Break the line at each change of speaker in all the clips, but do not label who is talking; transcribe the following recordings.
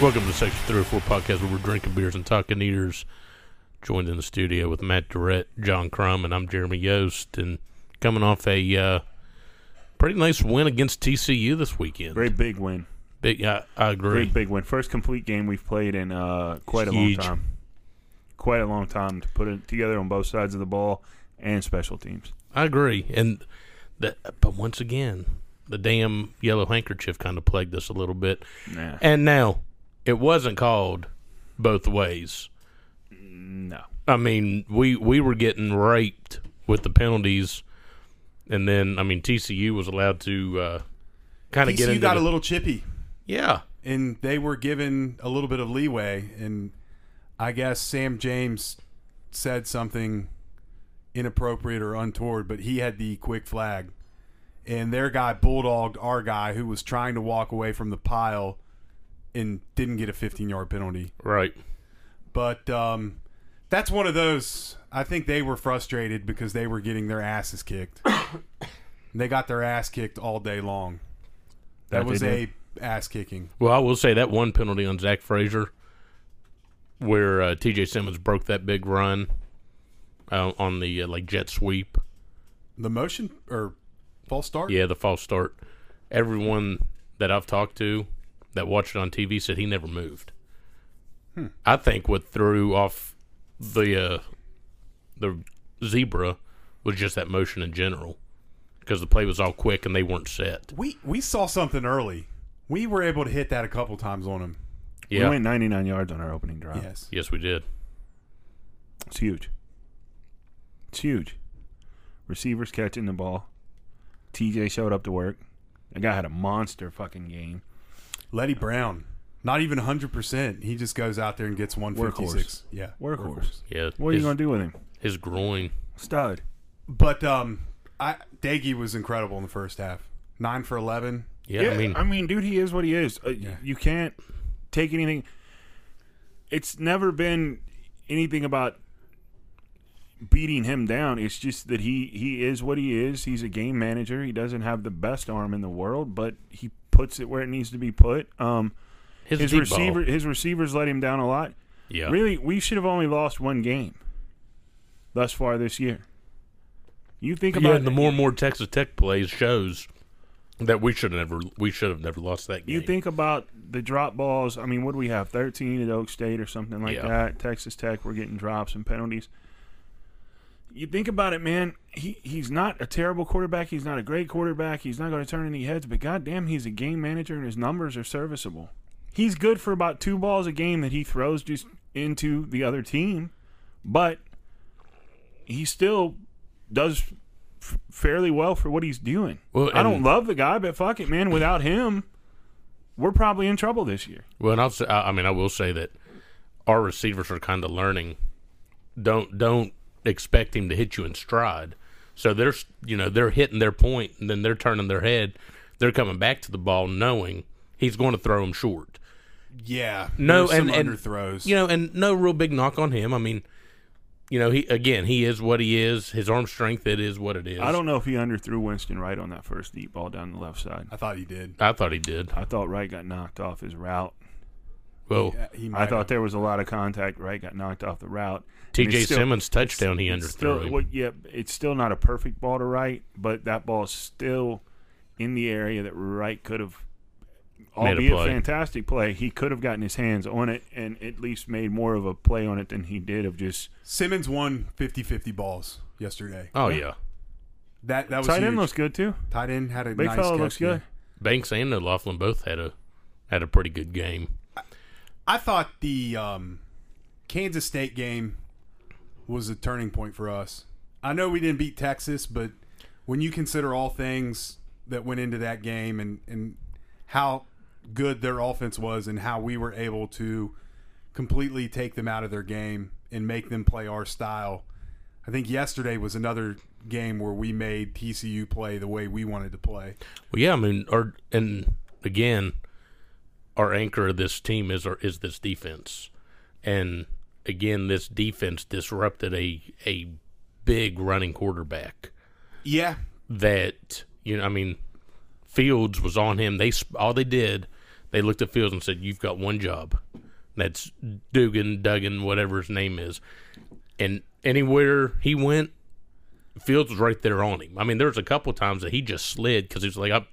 Welcome to Section 304 Podcast, where we're drinking beers and talking eaters. Joined in the studio with Matt Durrett, John Crum, and I'm Jeremy Yost. And coming off a uh, pretty nice win against TCU this weekend.
Great big win.
Big, I, I agree.
Great big win. First complete game we've played in uh, quite a
Huge.
long time. Quite a long time to put it together on both sides of the ball and special teams.
I agree. And that, but once again, the damn yellow handkerchief kind of plagued us a little bit.
Nah,
And now, it wasn't called both ways.
no.
I mean, we we were getting raped with the penalties, and then I mean TCU was allowed to uh, kind of
TCU
get into
got
the-
a little chippy,
yeah.
and they were given a little bit of leeway. And I guess Sam James said something inappropriate or untoward, but he had the quick flag, and their guy bulldogged our guy who was trying to walk away from the pile and didn't get a 15-yard penalty.
Right.
But um, that's one of those. I think they were frustrated because they were getting their asses kicked. they got their ass kicked all day long. That
That they
was a
did.
ass kicking.
Well, I will say that one penalty on Zach Frazier, where uh, T.J. Simmons broke that big run uh, on the uh, like jet sweep.
The motion or false start?
Yeah, the false start. Everyone that I've talked to that watched it on TV said he never moved.
Hmm.
I think what threw off the uh, the zebra was just that motion in general because the play was all quick and they weren't set.
We we saw something early. We were able to hit that a couple times on him. Uh,
Yeah.
We went 99 yards on our opening drive.
Yes.
Yes, we did.
It's huge. It's huge. Receivers catching the ball. TJ showed up to work. That guy had a monster fucking game.
Letty Brown, not even 100%. He just goes out there and gets 156.
Workhorse.
Yeah.
Workhorse.
Yeah.
What are
his,
you going to do with him?
His groin.
Stud.
But um I Daggy was incredible in the first half. 9 for 11.
Yeah, I mean,
dude, he is what he is. Uh, You can't take anything. It's never been anything about beating him down. It's just that he he is what he is. He's a game manager. He doesn't have the best arm in the world, but he puts it where it needs to be put. Um,
his,
his
deep
receiver
Ball.
his receivers let him down a lot.
Yeah.
Really, we should have only lost one game thus far this year. You think
Yeah,
about
and the more and more Texas Tech plays shows that we should have never we should have never lost that game.
You think about the drop balls. I mean, what do we have? 13 at Oak State or something like
Yeah.
that. Texas Tech, we're getting drops and penalties. You think about it, man. He he's not a terrible quarterback. He's not a great quarterback. He's not going to turn any heads. But goddamn, he's a game manager, and his numbers are serviceable. He's good for about two balls a game that he throws just into the other team, but he still does f- fairly well for what he's doing.
Well,
I don't
and-
love the guy, but fuck it, man. Without him, we're probably in trouble this year.
Well, and I'll say, I I mean, I will say that our receivers are kind of learning. Don't don't expect him to hit you in stride. So they're s- you know they're hitting their point and then they're turning their head. They're coming back to the ball knowing he's going to throw him short.
Yeah.
No,
There were
and,
some
and
underthrows.
You know, and no real big knock on him. I mean, you know, he again he is what he is. His arm strength it is what it is.
I don't know if he underthrew Winston Wright on that first deep ball down the left side.
I thought he did.
I thought he did.
I thought Wright got knocked off his route.
Well,
Yeah, he might
I thought
have.
there was a lot of contact. Wright got knocked off the route. And
T.J.
it's still-
Simmons touchdown he
it's still-
underthrew. him.
well, yeah, it's still not a perfect ball to Wright, but that ball is still in the area that Wright could have,
Made a
albeit
play.
fantastic play, he could have gotten his hands on it and at least made more of a play on it than he did of just
Simmons won 50-50 balls yesterday.
Oh yeah,
That that was
tight
huge.
end looks good too.
tight end had a
Big
nice
fellow
catch
looks
there.
good.
Banks and O'Laughlin both had a had a pretty good game.
I thought the um, Kansas State game was a turning point for us. I know we didn't beat Texas, but when you consider all things that went into that game and, and how good their offense was and how we were able to completely take them out of their game and make them play our style, I think yesterday was another game where we made TCU play the way we wanted to play.
Well, yeah, I mean, our and again, our anchor of this team is our, is this defense, and again, this defense disrupted a a big running quarterback
Yeah.
that you know. I mean, Fields was on him. They sp- all they did, they looked at Fields and said, "You've got one job. That's Dugan, Duggan, whatever his name is." And anywhere he went, Fields was right there on him. I mean, there was a couple times that he just slid because he was like, "I'm,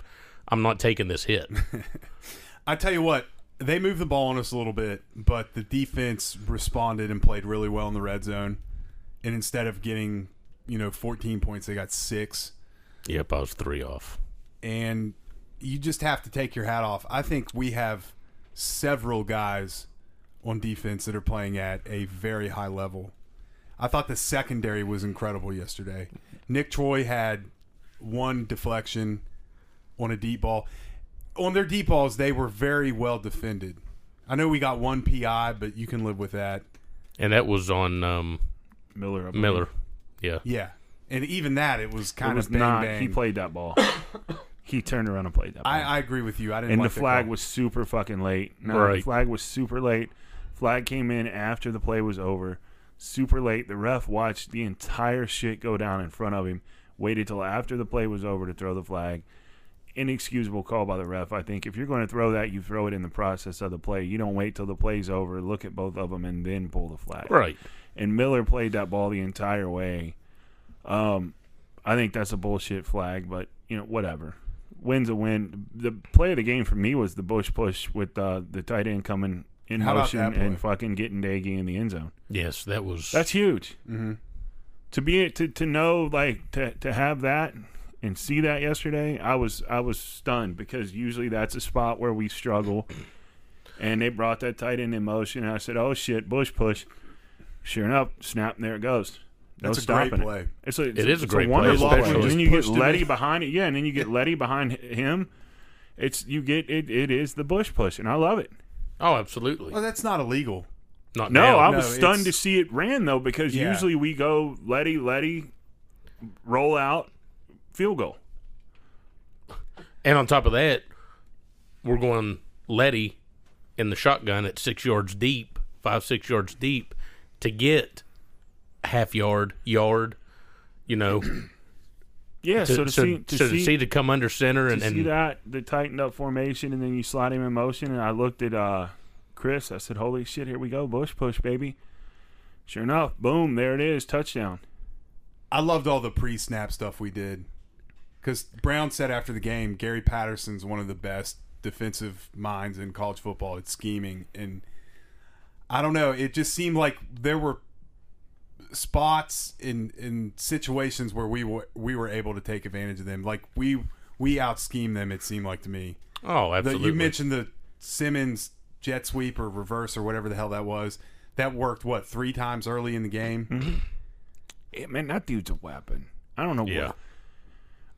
I'm not taking this hit."
I tell you what, they moved the ball on us a little bit, but the defense responded and played really well in the red zone. And instead of getting, you know, 14 points, they got six.
yep, I was three off.
And you just have to take your hat off. I think we have several guys on defense that are playing at a very high level. I thought the secondary was incredible yesterday. Nick Troy had one deflection on a deep ball. On their deep balls, they were very well defended. I know we got one PI, but you can live with that.
And that was on um,
Miller. I believe.
Miller. Yeah.
Yeah. And even that, it was kind
It was
of bang
not.
bang.
He played that ball. he turned around and played that. ball.
I, I agree with you. I didn't.
and
like
the flag
call.
was super fucking late. No, the
Right.
flag was super late. Flag came in after the play was over, super late. The ref watched the entire shit go down in front of him, waited till after the play was over to throw the flag. Inexcusable call by the ref. I think if you're going to throw that, you throw it in the process of the play. You don't wait till the play's over, look at both of them, and then pull the flag
Right.
and Miller played that ball the entire way. Um, I think that's a bullshit flag, but you know whatever. Wins a win. The play of the game for me was the bush push with uh, the tight end coming in
How about
motion
that
and
play?
fucking getting Daggy in the end zone.
Yes, that was.
That's huge.
Mhm.
To be to to know like to to have that and see that yesterday, I was I was stunned because usually that's a spot where we struggle. And they brought that tight end in motion, and I said, "Oh shit, bush push." Sure enough, snap, and there it goes. No
That's a great
stopping it.
play.
It's a, it's,
is a
it's
great play,
wonderful
especially
And
when
then
it's
you get
pushed in
Letty
the-
behind it, yeah, and then you get Letty behind h- him. It's you get it. It is the bush push, and I love it.
oh, absolutely.
Well, that's not illegal.
Not
No,
now.
I
no,
was stunned to
it's-
see it ran though because
Yeah.
usually we go Letty, Letty, roll out, field goal.
And on top of that, we're going Letty in the shotgun at six yards deep, five, six yards deep to get half yard, yard, you know, to,
Yeah, so to
so-
see to
so
see,
to come under center and,
to see
and
that the tightened up formation, and then you slide him in motion, and I looked at uh, Chris. I said, "Holy shit, here we go, bush push, baby." Sure enough, boom, there it is, touchdown.
I loved all the pre-snap stuff we did because Brown said after the game, Gary Patterson's one of the best defensive minds in college football at scheming, and I don't know. It just seemed like there were spots in in situations where we were we were able to take advantage of them. Like we we out schemed them. It seemed like to me.
oh,
The,
absolutely.
you mentioned the Simmons jet sweep or reverse or whatever the hell that was. That worked what three times early in the game.
Yeah, man, that dude's a weapon. I don't know
Yeah.
what.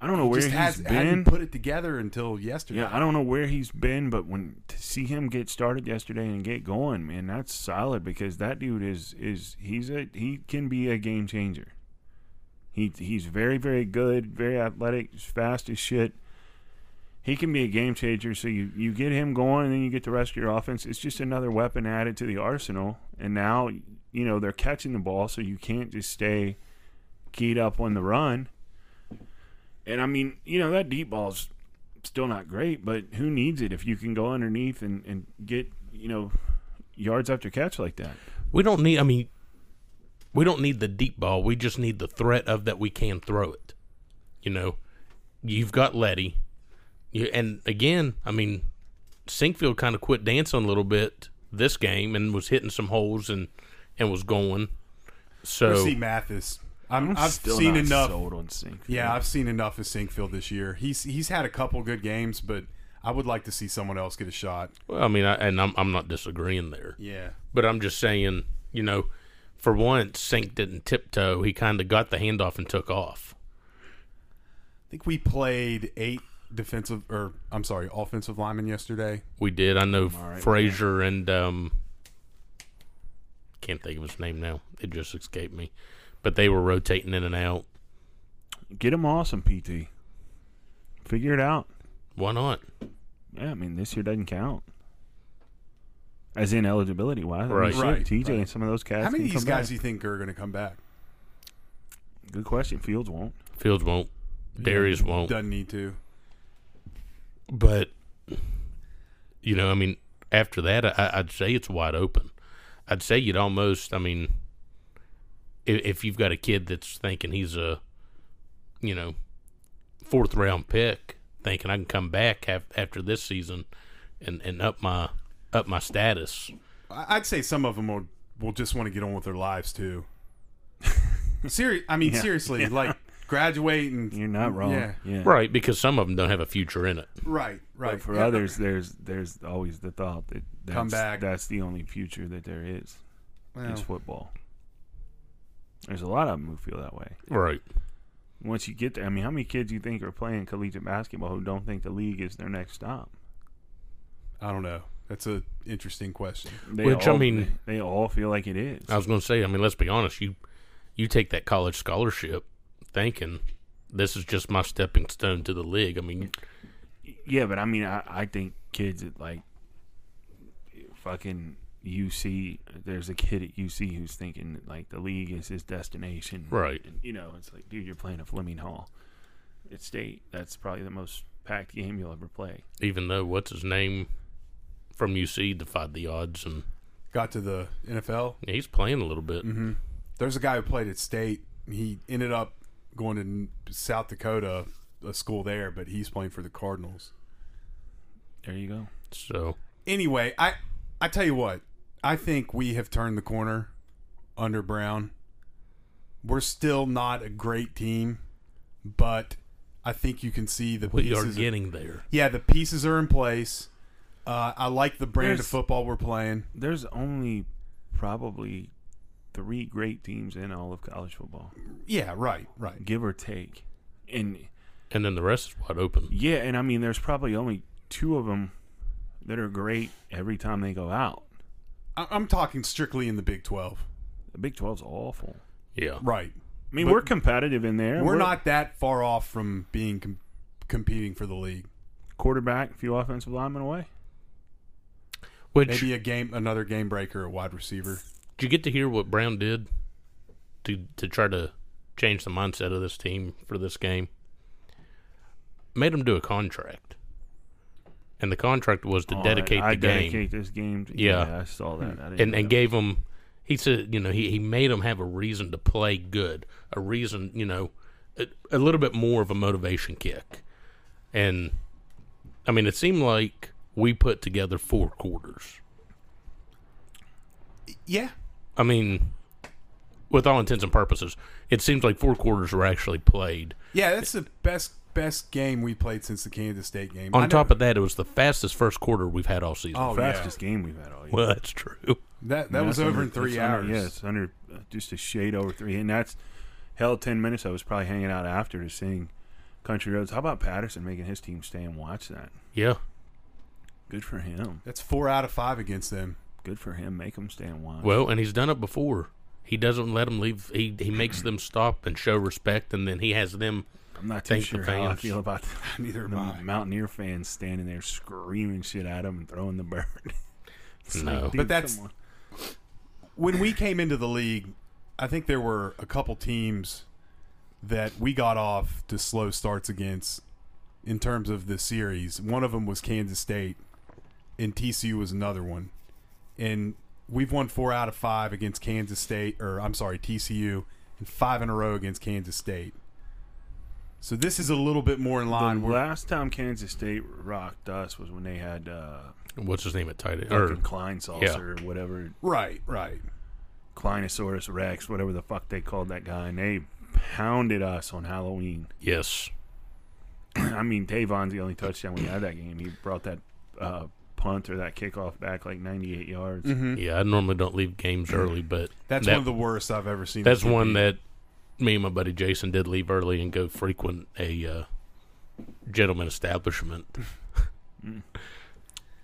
I don't know where
just
he's
has,
been.
hadn't put it together until yesterday.
yeah, I don't know where he's been, but when to see him get started yesterday and get going, man, that's solid because that dude is is he's a he can be a game changer. He he's very very good, very athletic, he's fast as shit. He can be a game changer. So you you get him going, and then you get the rest of your offense. It's just another weapon added to the arsenal, and now you know they're catching the ball, so you can't just stay keyed up on the run. And I mean, you know, that deep ball's still not great, but who needs it if you can go underneath and, and get, you know, yards after catch like that?
we don't need, I mean, we don't need the deep ball. We just need the threat of that we can throw it. You know, you've got Letty. You, and again, I mean, Sinkfield kind of quit dancing a little bit this game and was hitting some holes and and was going. So
see Mathis. I'm,
I'm
I've
still
seen
not
enough.
Sold on Sinkfield.
Yeah, I've seen enough of Sinkfield this year. He's he's had a couple good games, but I would like to see someone else get a shot.
well, I mean, I, and I'm I'm not disagreeing there.
Yeah,
But I'm just saying, you know, for once, Sink didn't tiptoe. He kind of got the handoff and took off.
I think we played eight defensive or I'm sorry, offensive linemen yesterday.
We did. I know
right,
Frazier and um, can't think of his name now. It just escaped me. But they were rotating in and out.
Get him awesome, PT. Figure it out.
Why not?
Yeah, I mean this year doesn't count. As in eligibility wise,
Right.
Right,
TJ
right.
and some of those cats.
How many
can
of these
come
guys do
back.
you think are going to come back?
Good question. Fields won't.
Fields won't. Darius won't.
Doesn't need to.
But you know, I mean, after that, I, I'd say it's wide open. I'd say you'd almost. I mean, if, if you've got a kid that's thinking he's a, you know, fourth round pick, thinking I can come back af- after this season, and and up my up my status.
I- I'd say some of them will will just want to get on with their lives too. Seri- I mean,
Yeah.
seriously, like graduate and
You're not wrong.
Yeah,
Yeah.
Right, because some of them don't have a future in it.
right, right.
But for
Yeah.
others, there's there's always the thought that that's,
Come back. Oh.
that's the only future that there is
Well,
is football. There's a lot of them who feel that way.
Right.
Once you get there, I mean, how many kids you think are playing collegiate basketball who don't think the league is their next stop?
I don't know. That's an interesting question.
They
Which, I
all,
mean-
they, they all feel like it is.
I was going to say. I mean, let's be honest. You you take that college scholarship, thinking this is just my stepping stone to the league. I mean,
Yeah, but I mean, I, I think kids at like fucking UC, there's a kid at UC who's thinking that like the league is his destination.
Right.
And, you know, it's like, dude, you're playing at Fleming Hall. At state, that's probably the most packed game you'll ever play.
even though what's his name from UC defied the odds and
Got to the NFL.
yeah, he's playing a little bit.
Mm-hmm.
There's a guy who played at State. and He ended up going to N- South Dakota, a school there, but he's playing for the Cardinals.
There you go.
So
Anyway, I I tell you what, I think we have turned the corner under Brown. We're still not a great team, but I think you can see the
we are
pieces.
getting there.
yeah, the pieces are in place. Uh, I like the brand of
There's-
football we're playing.
There's only probably three great teams in all of college football,
Yeah, right, right.
give or take. And
And then the rest is wide open.
yeah, and I mean, there's probably only two of them that are great every time they go out.
I- I'm talking strictly in the Big Twelve.
The Big 12's awful.
Yeah.
Right.
I mean,
But-
we're competitive in there.
We're not that far off from being com- competing for the league.
quarterback, few offensive linemen away.
Which
Maybe a game, another game breaker, a wide receiver.
did you get to hear what Brown did to to try to change the mindset of this team for this game? Made him do a contract. And the contract was to
Oh,
dedicate
I, I
the game.
dedicate this game. To,
Yeah.
yeah. I saw that. I didn't
and
know
and
that.
gave him he said you know he, he made him have a reason to play good a reason you know a, a little bit more of a motivation kick and i mean it seemed like we put together four quarters
Yeah.
i mean with all intents and purposes it seems like four quarters were actually played
Yeah, that's the best best game we played since the Kansas State game.
on top of that it was the fastest first quarter we've had all season
oh, yeah.
fastest game we've had all year.
well that's true
that that
That's
was over
under-
in three
it's under-
hours.
yeah, it's under uh, just a shade over three, and that's hell. Ten minutes. I was probably hanging out after to sing Country Roads. How about Patterson making his team stay and watch that?
yeah
Good for him.
That's four out of five against them.
Good for him. Make him stay and watch.
Well, and he's done it before. He doesn't let them leave. He he makes them stop and show respect, and then he has them.
I'm not too
thank the
sure how I
fans.
feel about
Neither
the
am I.
Mountaineer fans standing there screaming shit at him and throwing the bird. It's
No. But
dude,
that's-
come on.
When we came into the league, I think there were a couple teams that we got off to slow starts against in terms of the series. One of them was Kansas State, and TCU was another one. And we've won four out of five against Kansas State, or I'm sorry, TCU, and five in a row against Kansas State. So this is a little bit more in line.
The
where-
last time Kansas State rocked us was when they had uh,
What's his name at tight end? Er, Or
fucking Klein saucer
yeah.
or whatever,
right, right.
Kleinosaurus Rex, whatever the fuck they called that guy, and they pounded us on Halloween.
yes,
I mean, Tavon's the only touchdown we had that game. He brought that uh, punt or that kickoff back like 98 yards.
Mm-hmm.
yeah. I normally don't leave games early, but
That's
that-
one of the worst I've ever seen.
That's one that me and my buddy Jason did leave early and go frequent a uh, gentleman establishment.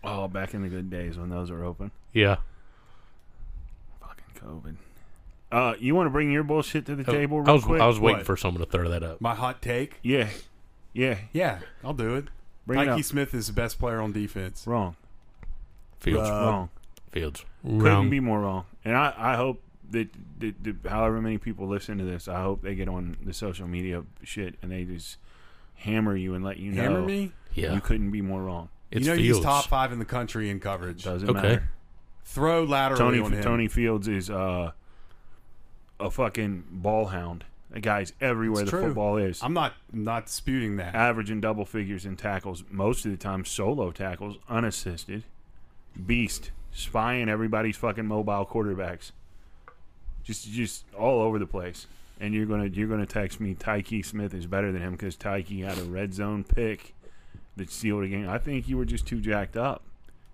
Oh, back in the good days when those were open.
Yeah.
Fucking COVID. Uh, you want to bring your bullshit to the table real
Oh, I was
quick? Uh,
I was waiting
What?
for someone to throw that up.
My hot take.
yeah. Yeah.
Yeah, I'll do it.
Bring it
Tyke
up.
Smith is the best player on defense.
Wrong.
Fields.
Uh,
wrong.
Fields.
Couldn't
Wrong.
be more wrong. And I, I hope that, that, that however many people listen to this, I hope they get on the social media shit and they just hammer you and let you know
Hammer me.
yeah.
you couldn't be more wrong.
it's
you know
Fields.
he's top five in the country in coverage.
Doesn't
Okay.
matter.
Throw laterally
Tony
on him.
Tony Fields is uh, a fucking ball hound. The guy's everywhere
It's
the
true.
football is.
I'm not not disputing that.
averaging double figures in tackles most of the time, solo tackles, unassisted. Beast, spying everybody's fucking mobile quarterbacks. Just just all over the place. And you're gonna you're gonna text me Tyke Smith is better than him because Tyke had a red zone pick that sealed a game. I think you were just too jacked up.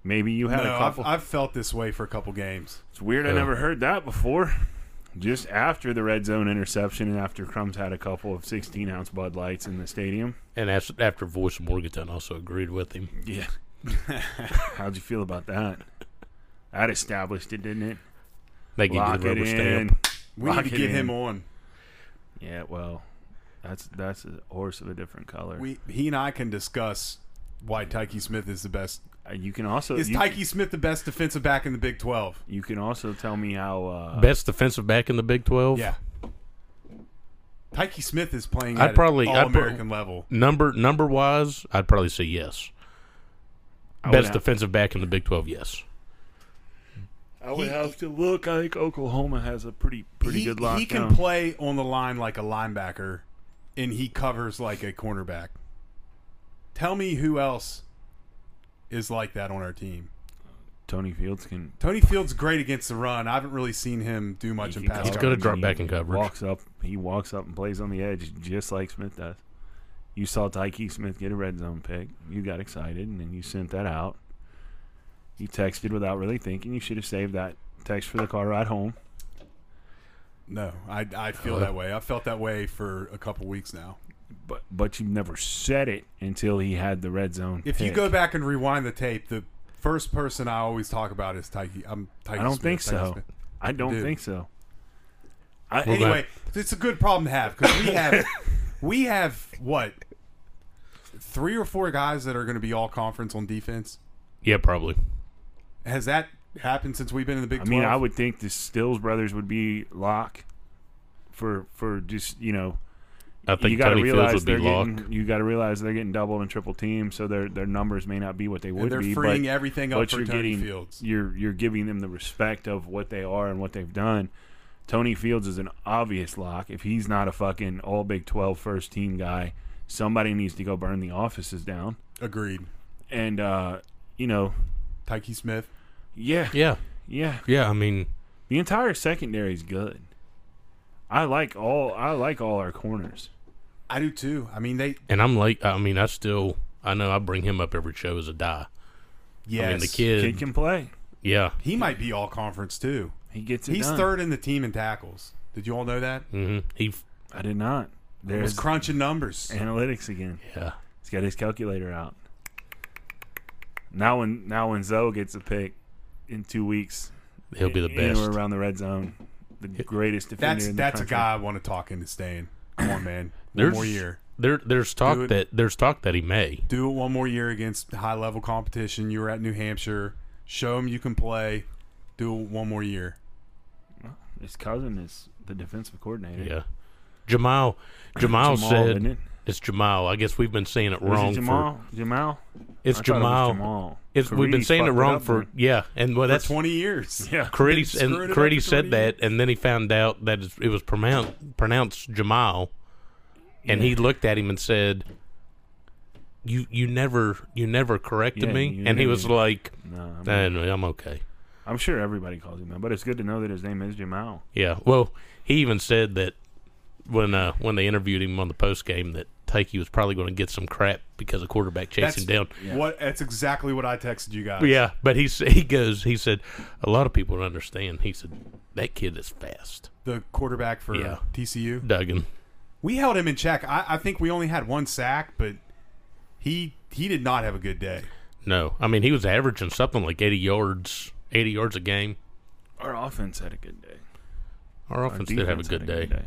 Maybe you had
no,
a
I've,
couple.
I've felt this way for a couple games.
It's weird. I
Yeah.
never heard that before. Just after the red zone interception, and after Crumbs had a couple of 16 ounce Bud Lights in the stadium.
And as, after Voice of Morgantown also agreed with him.
Yeah. How'd you feel about that? That established it, didn't it?
They gave you
Lock
the
it
rubber
in.
stamp.
We
Lock
need
it
to get
in.
him on.
Yeah, well, that's that's a horse of a different color.
We he and I can discuss why Tyke Smith is the best.
Uh, you can also
Is
you,
Tyke Smith the best defensive back in the Big Twelve?
you can also tell me how uh,
Best defensive back in the Big Twelve.
Yeah. Tyke Smith is playing
I'd
at
probably-
all
I'd pro-
American level.
Number number wise, I'd probably say yes.
I would
Best
have-
defensive back in the Big Twelve. Yes.
I would
he-
have to look. I think Oklahoma has a pretty pretty
he,
good lockdown.
He can play on the line like a linebacker, and he covers like a cornerback. Tell me who else is like that on our team.
Tony Fields can.
Tony Fields great against the run. I haven't really seen him do much
he
in
can
pass.
He's
cover.
good at
coverage.
drop
He
back and coverage.
Walks up. He walks up and plays on the edge just like Smith does. You saw Tyke Smith get a red zone pick. You got excited and then you sent that out. You texted without really thinking. You should have saved that text for the car ride home.
No, I, I
Uh,
feel that way. I felt that way for a couple weeks now.
But but you never said it until he had the red zone.
If you
pick.
go back and rewind the tape, the first person I always talk about is Tyke. I'm Tyke
I don't
Smith,
think
Tyke
so.
Smith.
I don't
Dude.
think so.
Well, that-
anyway, it's a good problem to have because we have we have what three or four guys that are going to be all conference on defense.
Yeah, probably.
Has that happened since we've been in the Big
I
Twelve?
mean, I would think the Stills brothers would be lock for for just you know
I think
you got to
Tony Fields
realize
would be
they're
locked.
getting you got to realize they're getting doubled and triple teamed, so their their numbers may not be what they
And
would
they're
be.
freeing
but,
everything up
but
for
you're
Tony
getting
Fields.
you're you're giving them the respect of what they are and what they've done. Tony Fields is an obvious lock. If he's not a fucking All Big 12 first team guy, somebody needs to go burn the offices down.
Agreed.
And uh, you know,
Tyke Smith.
yeah,
Yeah,
yeah,
yeah. I mean,
the entire secondary is good. I like all I like all our corners.
I do too. I mean, they
and I'm like, I mean, I still, I know I bring him up every show as a die.
yes,
I mean, the kid,
Kid can play.
yeah,
he might be all conference too.
He gets it
He's
done.
third in the team in tackles. Did you all know that?
hmm he, f-
I did not.
It was
There's
crunching numbers.
analytics again.
yeah,
He's got his calculator out. Now when now when Zoe gets a pick in two weeks,
he'll be the
in- in or
best.
around the red zone, the greatest defender.
That's
in the
that's a
country.
guy I want to talk into staying. Come on, man. One
There's-
more year.
There, there's talk
Dude.
that there's talk that he may.
do it one more year against high level competition. You were at New Hampshire. Show them you can play. Do it one more year.
His cousin is the defensive coordinator.
Yeah, Jamal, Jamal,
Jamal,
said
isn't it?
it's Jamal. I guess we've been saying it
Was
wrong.
it Jamal? Jamal?
For, it's
I thought it was
Jamal.
Jamal.
It's we've been
Caridi
saying it
fucked
wrong
up,
for
man.
yeah, and well
That's
that's
twenty years.
yeah.
Caridi
They
and
screwed it up
Caridi
for
said
20
that, and then he found out that it's- it was pronounced pronounced Jamal, and he looked at him and said, "You you never you never corrected
Yeah,
me,"
you
and he
never-
was like,
No, I'm,
Mm-hmm.
"Eh, no, "I'm okay."
I'm sure everybody calls him that, but it's good to know that his name is Jamal.
Yeah. Well, he even said that when uh, when they interviewed him on the post game that Takey was probably going to get some crap because a quarterback chased him down.
What? That's exactly what I texted you guys.
Yeah, but he s- he goes. He said a lot of people don't understand. He said that kid is fast,
The quarterback for
Yeah.
TCU.
Duggan.
We held him in check. I, I think we only had one sack, but he he did not have a good day.
No, I mean he was averaging something like eighty yards, eighty yards a game.
Our offense had a good day.
Our
Our
offense did have a
defense
good
had
day.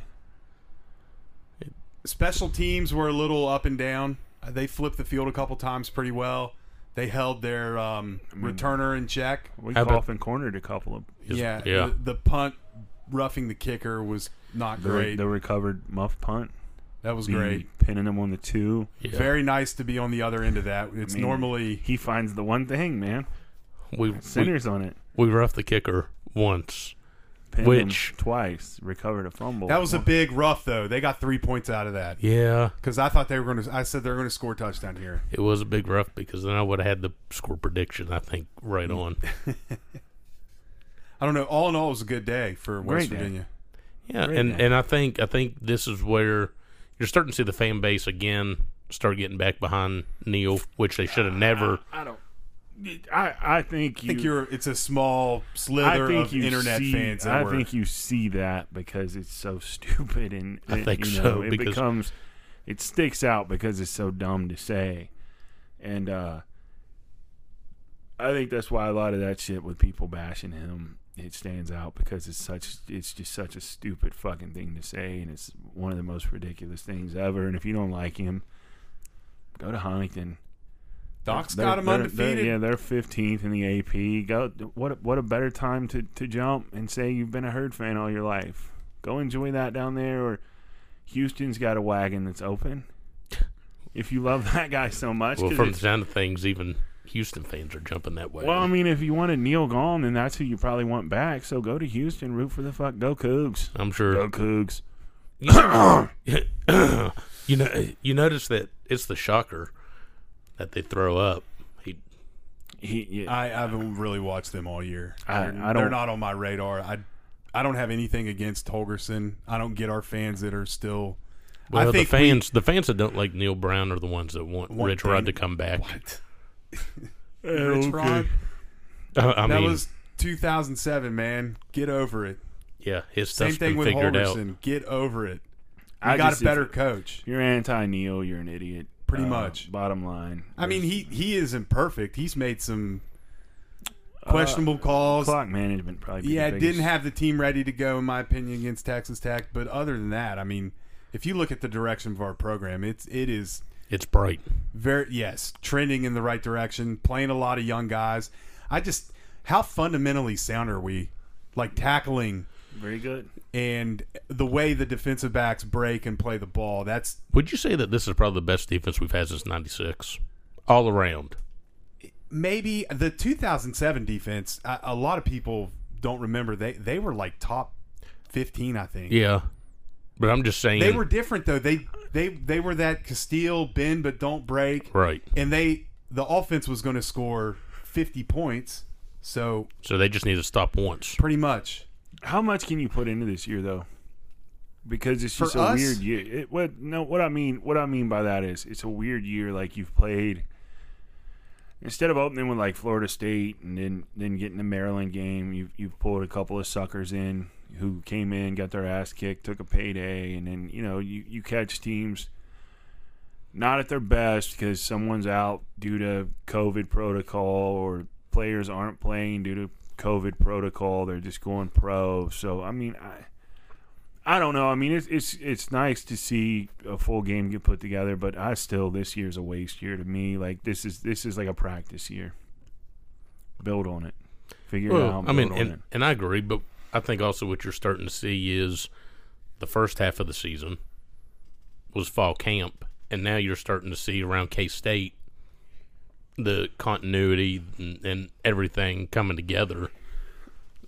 Special teams were a little up and down. Uh, They flipped the field a couple times pretty well. They held their um, returner in check.
We
How about-
cough and cornered a couple of
Is-
yeah,
yeah.
The, the punt roughing the kicker was not
the,
great.
the recovered muff punt.
that was
the
great.
Pinning him on the two.
Yeah.
Very nice to be on the other end of that. It's
mean,
normally
He finds the one thing, man.
we, we
Centers on it.
we roughed the kicker once.
Pinned
Which-
him twice. Recovered a fumble.
that was a big rough though. They got three points out of that
Yeah,
because I thought they were going to. I said they were going to score a touchdown here.
it was a big rough because then I would have had the score prediction. I think right
Mm.
on.
I don't know. All in all, it was a good day for West
Great day.
Virginia.
Yeah,
Great
and
guy.
and I think I think this is where you're starting to see the fan base again start getting back behind Neil, which they should have never.
I don't. I, I think you.
I think you're. It's a small
I
slither
think
of
you
internet
see,
fans. That
I
were,
think you see that because it's so stupid, and
I
it-
think
you know,
so,
It
because-
becomes, it sticks out because it's so dumb to say, and uh, I think that's why a lot of that shit with people bashing him, it stands out because it's such, it's just such a stupid fucking thing to say, and it's one of the most ridiculous things ever. And if you don't like him, go to Huntington.
Doc's
They're-
got them
they're-
undefeated.
they're- yeah, they're fifteenth in the AP. Go. What? What a better time to, to jump and say you've been a herd fan all your life. Go enjoy that down there. Or Houston's got a wagon that's open. If you love that guy so much,
Well,
'cause
from the
it's-
sound of things, even Houston fans are jumping that way.
well, I mean, if you wanted Neil gone, then that's who you probably want back. So go to Houston, root for the fuck. Go Cougs.
I'm
Go
sure
Cougs.
you know. You notice that it's the shocker that they throw up. He,
He, yeah,
I, I haven't really watched them all year.
I-
They're-
I don't-
They're not on my radar. I I don't have anything against Holgerson. I don't get our fans that are still.
well,
I
the
think we-
fans, the fans that don't like Neil Brown are the ones that want
One
Rich Rod to
thing-
come back.
what?
Oh, okay.
Rich Rod?
Uh, I
that
mean,
was 2007, man. Get over it.
yeah, his
Same
stuff's
thing
been
with
figured out.
Holgerson. Get over it. We
I
got
just-
a better coach.
If you're anti Neil. You're an idiot. Uh,
Pretty much.
Bottom line.
I mean, he he isn't perfect. He's made some questionable calls.
Uh, Clock management probably. be the
Yeah,
biggest-
didn't have the team ready to go, in my opinion, against Texas Tech. But other than that, I mean, if you look at the direction of our program, it's it is
It's bright.
very yes trending in the right direction. Playing a lot of young guys. I just how fundamentally sound are we? Like tackling
very good.
and the way the defensive backs break and play the ball. That's
Would you say that this is probably the best defense we've had since '96, all around?
maybe the 2007 defense. A, a lot of people don't remember they they were like top 15, I think.
Yeah, but I'm just saying
They were different though. They they they were that Castile bend but don't break,
right.
and they the offense was going to score fifty points. So
So they just need to stop once.
pretty much,
How much can you put into this year though? Because it's
For
just a
us?
weird year. It, what no, what I mean, what I mean by that is it's a weird year. Like you've played instead of opening with like Florida State and then then getting the Maryland game, you've you've pulled a couple of suckers in who came in, got their ass kicked, took a payday, and then you know you you catch teams not at their best because someone's out due to COVID protocol or players aren't playing due to COVID protocol. They're just going pro. So I mean, I I don't know. I mean, it's it's it's nice to see a full game get put together, but I still this year's a waste year to me. Like this is this is like a practice year. Build on it. Figure it out.
I mean,
build on it.
and, and I agree, but I think also what you're starting to see is the first half of the season was fall camp, and now you're starting to see around K State the continuity and, and everything coming together.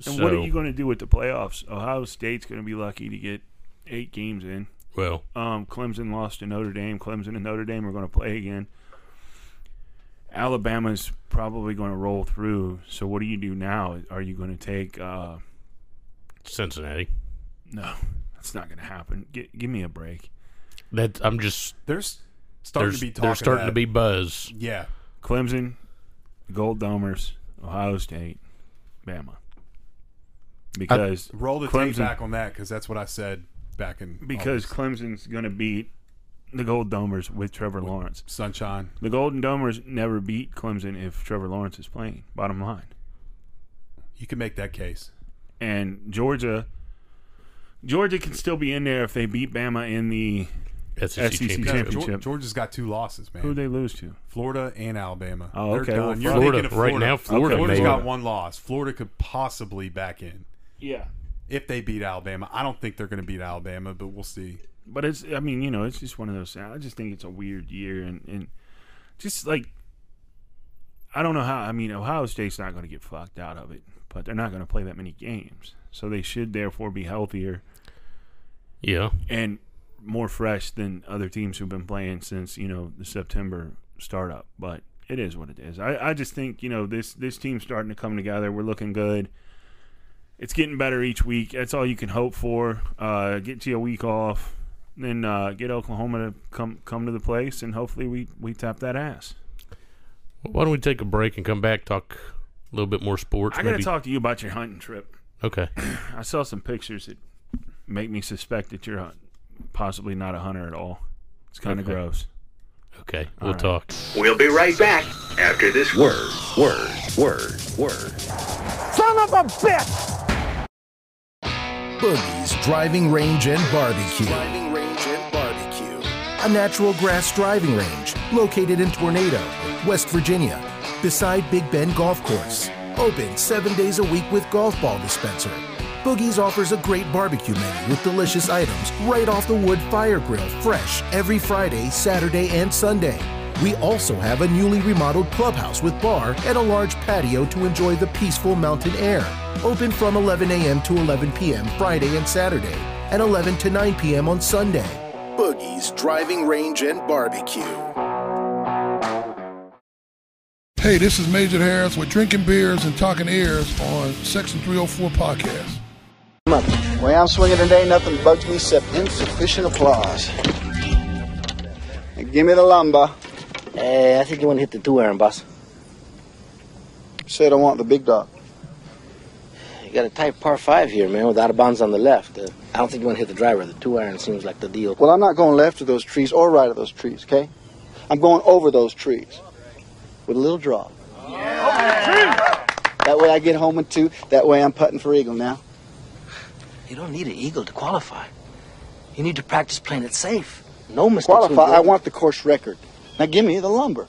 And
so,
what are you going to do with the playoffs? Ohio State's going to be lucky to get eight games in.
Well,
Um, Clemson lost to Notre Dame. Clemson and Notre Dame are going to play again. Alabama's probably going to roll through. So what do you do now? Are you going to take? Uh,
Cincinnati.
no, that's not going to happen. Gi- give me a break.
That I'm just
There's starting
there's
to be talking.
there's starting
about
to be buzz.
it. Yeah.
Clemson, Gold Domers, Ohio State, Bama. Because
Roll the tape
Clemson,
back on that because that's what I said back in
because Clemson's going to beat the Gold Domers with Trevor Lawrence.
August. sunshine.
The Golden Domers never beat Clemson if Trevor Lawrence is playing. Bottom line.
You can make that case.
and Georgia. Georgia can still be in there if they beat Bama in the.
SEC,
SEC
E championship.
No,
E
Geor-
Championship.
Georgia's got two losses, man.
Who they lose to?
Florida and Alabama.
Oh,
They're
okay.
done.
Well,
You're
Florida,
thinking of
right now, Florida
Florida's
may-
got one loss. Florida could possibly back in
Yeah,
if they beat Alabama. I don't think they're going to beat Alabama, but we'll see.
but it's. I mean, you know, it's just one of those. I just think it's a weird year, and and just like I don't know how. I mean, Ohio State's not going to get flocked out of it, but they're not going to play that many games, so they should therefore be healthier
Yeah,
and more fresh than other teams who've been playing since you know the September startup. But it is what it is. I, I just think you know this this team's starting to come together. We're looking good. It's getting better each week. That's all you can hope for. Uh, get to a week off, then uh, get Oklahoma to come come to the place, and hopefully we we tap that ass.
why don't we take a break and come back talk a little bit more sports?
I gotta
maybe.
talk to you about your hunting trip.
Okay,
I saw some pictures that make me suspect that you're uh, possibly not a hunter at all. It's kind of
Okay.
gross.
okay, we'll
right.
talk.
We'll be right back after this word, word, word, word.
Boogie's Driving Range and Barbecue.
Driving range and barbecue.
A natural grass driving range located in Tornado, West Virginia, beside Big Bend Golf Course. Open seven days a week with golf ball dispenser. Boogie's offers a great barbecue menu with delicious items right off the wood fire grill, fresh every Friday, Saturday, and Sunday. We also have a newly remodeled clubhouse with bar and a large patio to enjoy the peaceful mountain air. Open from 11 a.m. to 11 p.m. Friday and Saturday, and 11 to 9 p.m. on Sunday. Boogie's Driving Range and Barbecue.
Hey, this is Major Harris with Drinking Beers and Talking Ears on Section 304 Podcast.
The way I'm swinging today, nothing bugs me except insufficient applause. Now give me the lumber.
Uh, I think you want to hit the two iron, boss.
Said I want the big dog.
You got a tight par five here, man, with out of bounds on the left. Uh, I don't think you want to hit the driver. The two iron seems like the deal.
Well, I'm not going left of those trees or right of those trees, okay? I'm going over those trees with a little drop. That way I get home in two. That way I'm putting for eagle now.
You don't need an eagle to qualify. You need to practice playing it safe. No mistakes. will
Qualify,
do
I
it.
want the course record. Now give me the lumber.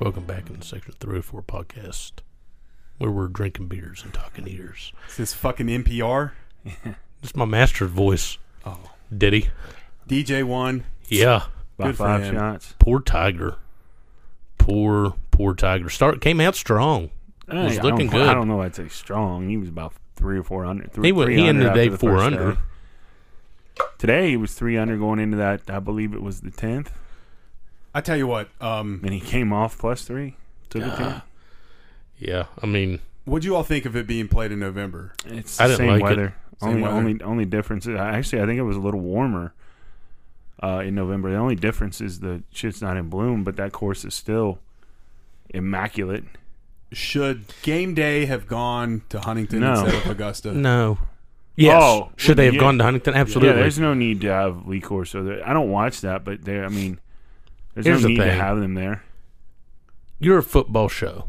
Welcome back in the Section 304 podcast, where we're drinking beers and talking eaters.
It's this fucking NPR.
It's my master's voice.
Oh.
Diddy.
DJ one.
Yeah.
By
Good for
five
him.
shots.
Poor Tiger. Poor, poor Tiger. Start came out strong. was
Hey,
looking
I don't,
good.
I don't know. I'd say strong. He was about three or four under. Three,
He went-
three
he ended
under
the day
after
four
first
under.
day. Today he was three under going into that. I believe it was the tenth,
I tell you what. Um,
and he came off plus three to the tenth.
Yeah, I mean,
what'd you all think of it being played in November?
It's
I
the
didn't
same
like it.
weather.
Same
only
weather.
only only difference. is- Actually, I think it was a little warmer. uh, in November. The only difference is the shit's not in bloom, but that course is still immaculate.
Should game day have gone to Huntington
No.
instead of Augusta?
No. Yes.
Oh,
Should they have
yeah.
gone to Huntington?
Yeah,
Absolutely.
there's no need to have Lee course. So there- I don't watch that, but there, I mean, there's
Here's the
no need to
thing.
have them there.
You're a football show.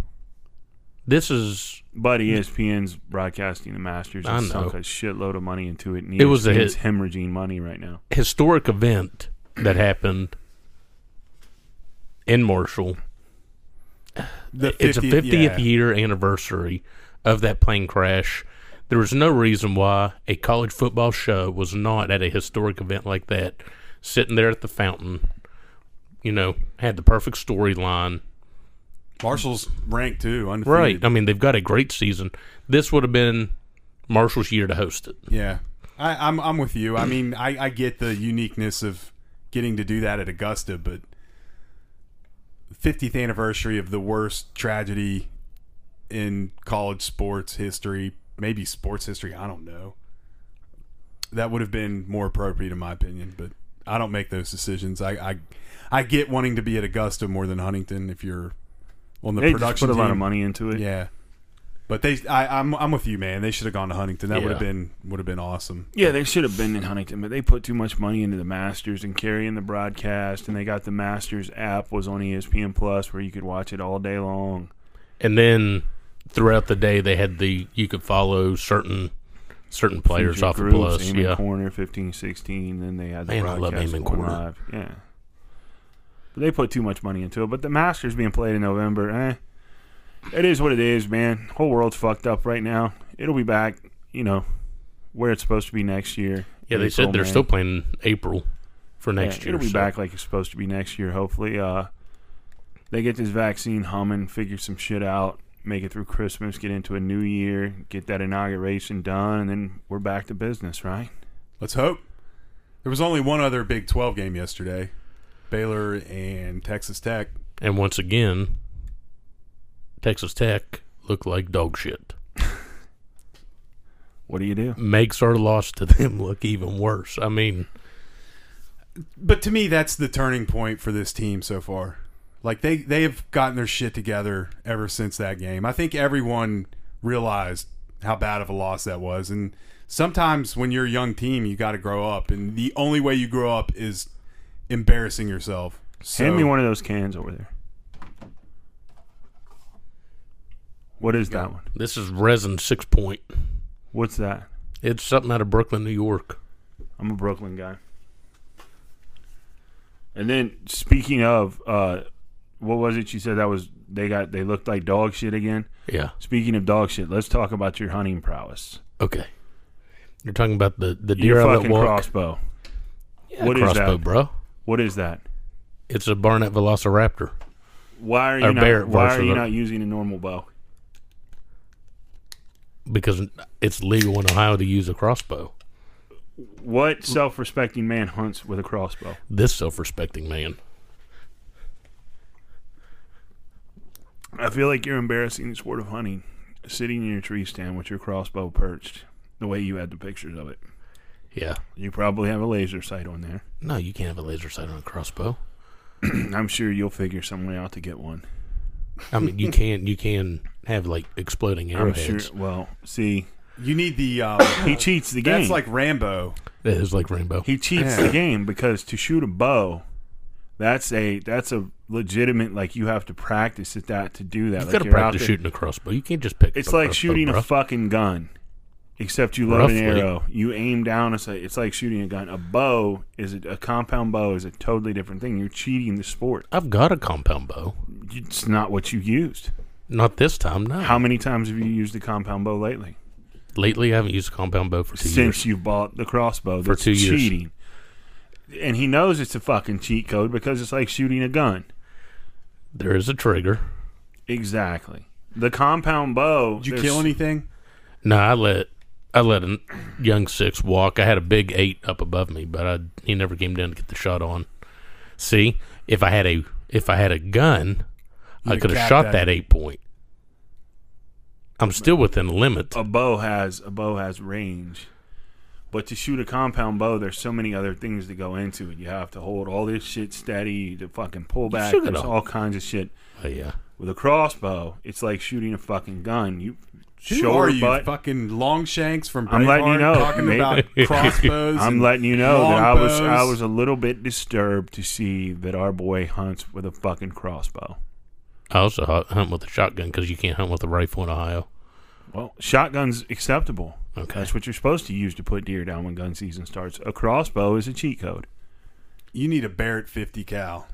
This is
But E ESPN's broadcasting the Masters.
I
and sunk a
know.
shitload of money into it. And E
It was a
ESPN's
hit.
hemorrhaging money right now.
historic event that happened in Marshall.
The
it's a 50th
yeah.
year anniversary of that plane crash. There was no reason why a college football show was not at a historic event like that, sitting there at the fountain. You know, had the perfect storyline.
Marshall's ranked too, undefeated.
Right. I mean, they've got a great season. This would have been Marshall's year to host it.
Yeah, I, I'm I'm with you. I mean, I, I get the uniqueness of getting to do that at Augusta, but 50th anniversary of the worst tragedy in college sports history, maybe sports history. I don't know. That would have been more appropriate, in my opinion. But I don't make those decisions. I I, I get wanting to be at Augusta more than Huntington if you're on the
They just
production.
put a lot of
team.
money into it.
Yeah. But they, I, I'm, I'm with you, man. They should have gone to Huntington. That would have
Yeah.
been, would have been awesome.
Yeah, they should have been in Huntington, but they put too much money into the Masters and carrying the broadcast, and they got the Masters app was on E ESPN Plus where you could watch it all day long.
And then throughout the day, they had the you could follow certain certain players
Featured
off the
groups,
plus.
Eamon
Yeah.
Corner, fifteen sixteen. Then they had the
Man, I love
broadcast
Eamon
on
Corner.
live. Yeah, but they put too much money into it. But the Masters being played in November, eh? It is what it is, man. Whole world's fucked up right now. It'll be back, you know, where it's supposed to be next year.
Yeah, they said
April,
they're
May.
still playing April for
Yeah,
next year.
It'll be
so-
back like it's supposed to be next year, hopefully. Uh, they get this vaccine humming, figure some shit out, make it through Christmas, get into a new year, get that inauguration done, and then we're back to business, right?
Let's hope. There was only one other Big 12 game yesterday Baylor and Texas Tech.
And once again, Texas Tech looked like dog shit.
What do you do?
Makes our loss to them look even worse. I mean,
But to me, that's the turning point for this team so far. Like, they, they have gotten their shit together ever since that game. I think everyone realized how bad of a loss that was. And sometimes when you're a young team, you got to grow up. And the only way you grow up is embarrassing yourself. So,
Hand me one of those cans over there. What is that one?
this is resin six point.
What's that?
It's something out of Brooklyn, New York.
I'm a Brooklyn guy. And then speaking of, uh, what was it you said that was they got they looked like dog shit again?
Yeah.
Speaking of dog shit, let's talk about your hunting prowess.
Okay. You're talking about the the deer
Your
I let
fucking
walk.
crossbow.
Yeah,
what is
crossbow,
that?
bro?
What is that?
It's a Barnett Velociraptor.
Why are
Or
you not?
Barrett
Why are
version
you
of-
not using a normal bow?
because it's legal in Ohio to use a crossbow.
What self-respecting man hunts with a crossbow?
This self-respecting man.
I feel like you're embarrassing the sport of hunting, sitting in your tree stand with your crossbow perched, the way you had the pictures of it.
Yeah.
You probably have a laser sight on there.
No, you can't have a laser sight on a crossbow.
I'm sure you'll figure some way out to get one.
I mean, you can you can have like exploding
I'm
arrowheads.
sure. Well, see,
You need the. Um,
he cheats the game.
that's like Rambo.
That is like rainbow.
He cheats the game because to shoot a bow, that's a that's a legitimate like you have to practice at that to do that.
You've
like
got to
you're out
practice
there-
shooting a crossbow. You can't just pick.
It's
up a
like
crossbow,
shooting a
bro.
fucking gun, except you load an
Roughly.
arrow. You aim down. It's like it's like shooting a gun. A bow is a, a compound bow is a totally different thing. You're cheating the sport.
I've got a compound bow.
It's not what you used.
Not this time. No.
How many times have you used the compound bow lately?
Lately, I haven't used a compound bow for two
Since
years.
you bought the crossbow,
For
that's
two years.
cheating. And he knows it's a fucking cheat code because it's like shooting a gun.
There is a trigger.
Exactly. The compound bow.
Did you
there's-
kill anything?
No, I let I let a young six walk. I had a big eight up above me, but I, he never came down to get the shot on. See, if I had a if I had a gun, I
You'd
could have
have
shot
capped
that.
that.
eight point.
Oh.
I'm still within the limit.
A bow has a bow has range, But to shoot a compound bow, there's so many other things that go into it. You have to hold all this shit steady, to fucking pull back.
shoot it
There's
all.
all kinds of shit.
Oh, yeah.
With a crossbow, it's like shooting a fucking gun. You
Who are
shoulder
you,
butt.
fucking Longshanks from Braveheart?
I'm letting you know.
Talking
Maybe-
about crossbows.
I'm
and
letting you know that I was I
longbows.
was a little bit disturbed to see that our boy hunts with a fucking crossbow.
I also hu- hunt with a shotgun because you can't hunt with a rifle in Ohio.
Well, shotgun's acceptable.
Okay.
That's what you're supposed to use to put deer down when gun season starts. A crossbow is a cheat code.
You need a Barrett 50 cal.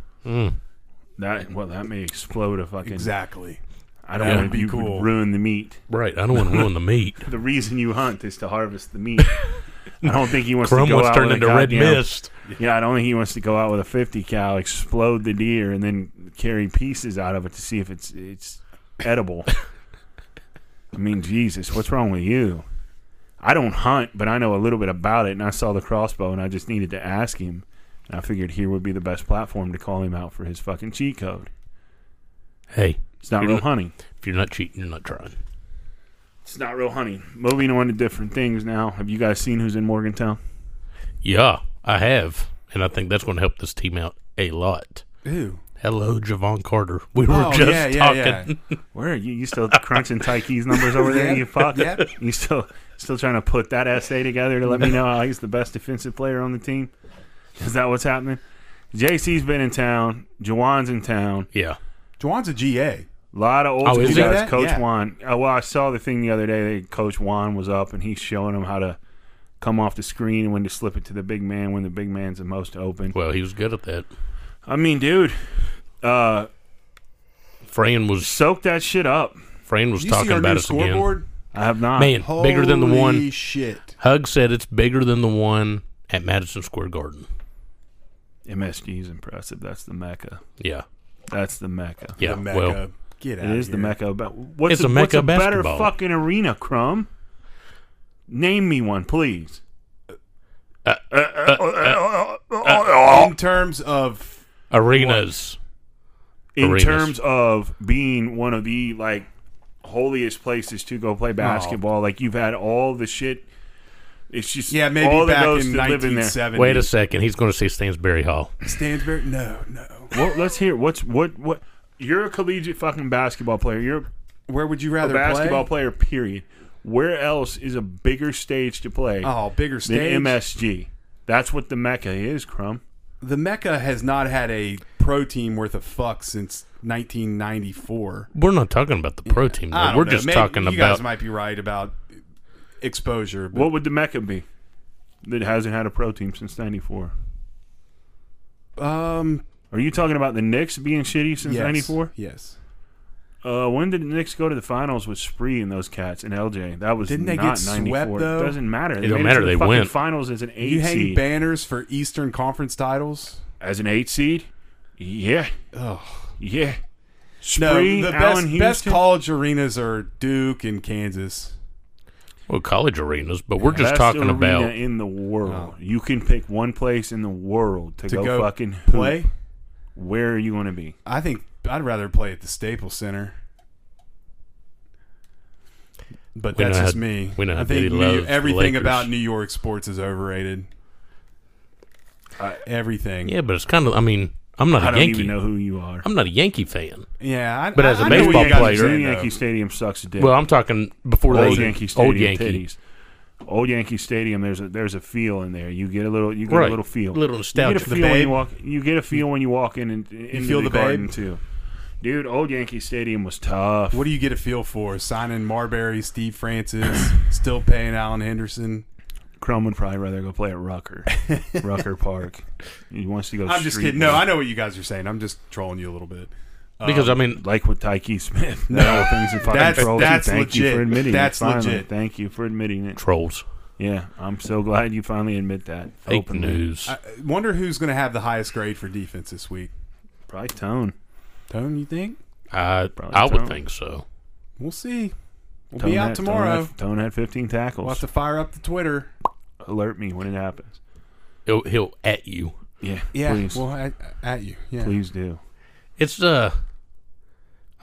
That well, that may explode a fucking.
Exactly.
I don't
That
want
would be
you
cool.
could ruin the meat.
Right. I don't want to ruin the meat.
The reason you hunt is to harvest the meat. I don't think he wants
Crumb
to go
was
out
turned
with
into
a
red
goddamn-
mist.
Yeah, I don't think he wants to go out with a 50 cal, explode the deer, and then carry pieces out of it to see if it's it's edible. I mean, Jesus, what's wrong with you? I don't hunt, but I know a little bit about it, and I saw the crossbow, and I just needed to ask him. And I figured here would be the best platform to call him out for his fucking cheat code.
Hey,
It's not
You're
real
not-
hunting.
if you're not cheating, you're not trying.
It's not real hunting. Moving on to different things now. Have you guys seen who's in Morgantown?
Yeah, I have. And I think that's going to help this team out a lot.
Ew.
Hello, Javon Carter. We were
Oh,
just
yeah, yeah,
talking.
yeah.
Where are you? You still crunching Tyke's numbers over there?
Yep,
You fuck.
yep.
You still still trying to put that essay together to let me know how he's the best defensive player on the team? Is that what's happening? JC's been in town. Jawan's in town.
Yeah.
Juwan's a GA.
A lot of old
Oh,
school
is
guys.
he?
That?
Coach
Yeah.
Juan. Uh, well, I saw the thing the other day that Coach Juan was up and he's showing him how to come off the screen and when to slip it to the big man when the big man's the most open.
Well, he was good at that.
I mean, dude, uh,
Fran was
soak that shit up.
Fran was
You
talking
see our
about
new
us again.
scoreboard?
I have not.
Man, bigger than the
Holy
one.
shit.
Hug said it's bigger than the one at Madison Square Garden.
MSG is impressive. That's the mecca.
Yeah.
That's the mecca.
Yeah.
The Mecca.
well,
Get out
It is the Mecca. But what's
It's
a,
a Mecca
what's a better
basketball.
fucking arena, Crumb? Name me one, please.
Uh,
Uh,
In terms of
arenas.
In
Arenas.
terms of being one of the like holiest places to go play basketball, like you've had all the shit. It's just
yeah, maybe
all that
back
goes
in
to live in there.
1970.
Wait a second. He's going to say Stansbury Hall.
Stansbury? No, no.
Well, let's hear what's what what. You're a collegiate fucking basketball player. You're
Where would you
a
rather
basketball
play?
player. Period. Where else is a bigger stage to play
Oh, bigger
than
stage.
MSG? That's what the Mecca is, Crumb.
The Mecca has not had a pro team worth a fuck since 1994.
We're not talking about the pro team. Though.
I don't
We're
know.
just
Maybe
talking
you
about
guys might be right about exposure. But
What would the Mecca be that hasn't had a pro team since '94?
um,
Are you talking about the Knicks being shitty since
yes,
'94?
Yes.
Uh, when did the Knicks go to the finals with Spree and those cats and LJ? That was
Didn't they
not
get swept,
94.
though?
Doesn't matter. They
It don't
made
matter.
To the
They
fucking
went.
finals as an eight
You hang
seed.
banners for Eastern Conference titles.
as an eight seed? Yeah. Yeah.
No,
Spree,
the
Allen
best, best
Houston?
college arenas are Duke and Kansas.
well, college arenas, but we're just
Best
talking
arena
about
in the world. You can pick one place in the world to,
Oh. To
go,
go
fucking hoop.
play,
Where are you going to be?
I think I'd rather play at the Staples Center. But
We
that's
know
just
how-
me.
we know how
I think
Diddy
New-
loves the
everything
Lakers.
about New York sports is overrated. Uh, everything.
yeah. But it's kind of. I mean, I'm not
I
a
don't
Yankee.
even know who you are.
I'm not a Yankee fan.
Yeah, I,
But
I-
as a
I know what
baseball
you guys are
player-
saying,
New
New
though.
Yankee Stadium sucks a dick.
Well, I'm talking before they
old Yankee Stadium.
old Yankee.
titties. Old Yankee Stadium. There's a there's a feel in there. You get a little. You get a
Right.
little feel.
Little
You
nostalgia.
get a
The
feel when you
babe.
walk. You get a feel when you walk in and you
feel
the,
the babe?
garden too. Dude, old Yankee Stadium was tough.
What do you get a feel for? Signing Marbury, Steve Francis, still paying Allen Henderson.
Crum would probably rather go play at Rucker, Rucker Park. He wants to go.
I'm just
street
kidding. No,
ball.
I know what you guys are saying. I'm just trolling you a little bit.
Because
Um,
I mean,
Like with Tyke Smith, no things in fucking
That's-
trolls.
that's
Thank you
legit.
for admitting it.
That's
Finally,
legit.
Thank you for admitting it.
trolls,
Yeah, I'm so glad you finally admit that.
fake
openly.
news.
I wonder who's going to have the highest grade for defense this week.
Probably Tone.
Tone, you think?
I
probably
I would
trolling.
think so.
We'll see. We'll
Tone
be out
had- Tone
tomorrow.
had- Tone had 15 tackles.
We'll have to fire up the Twitter.
alert me when it happens.
He'll, he'll at you.
Yeah,
Yeah,
please,
well, at, at you. Yeah.
please do.
It's uh,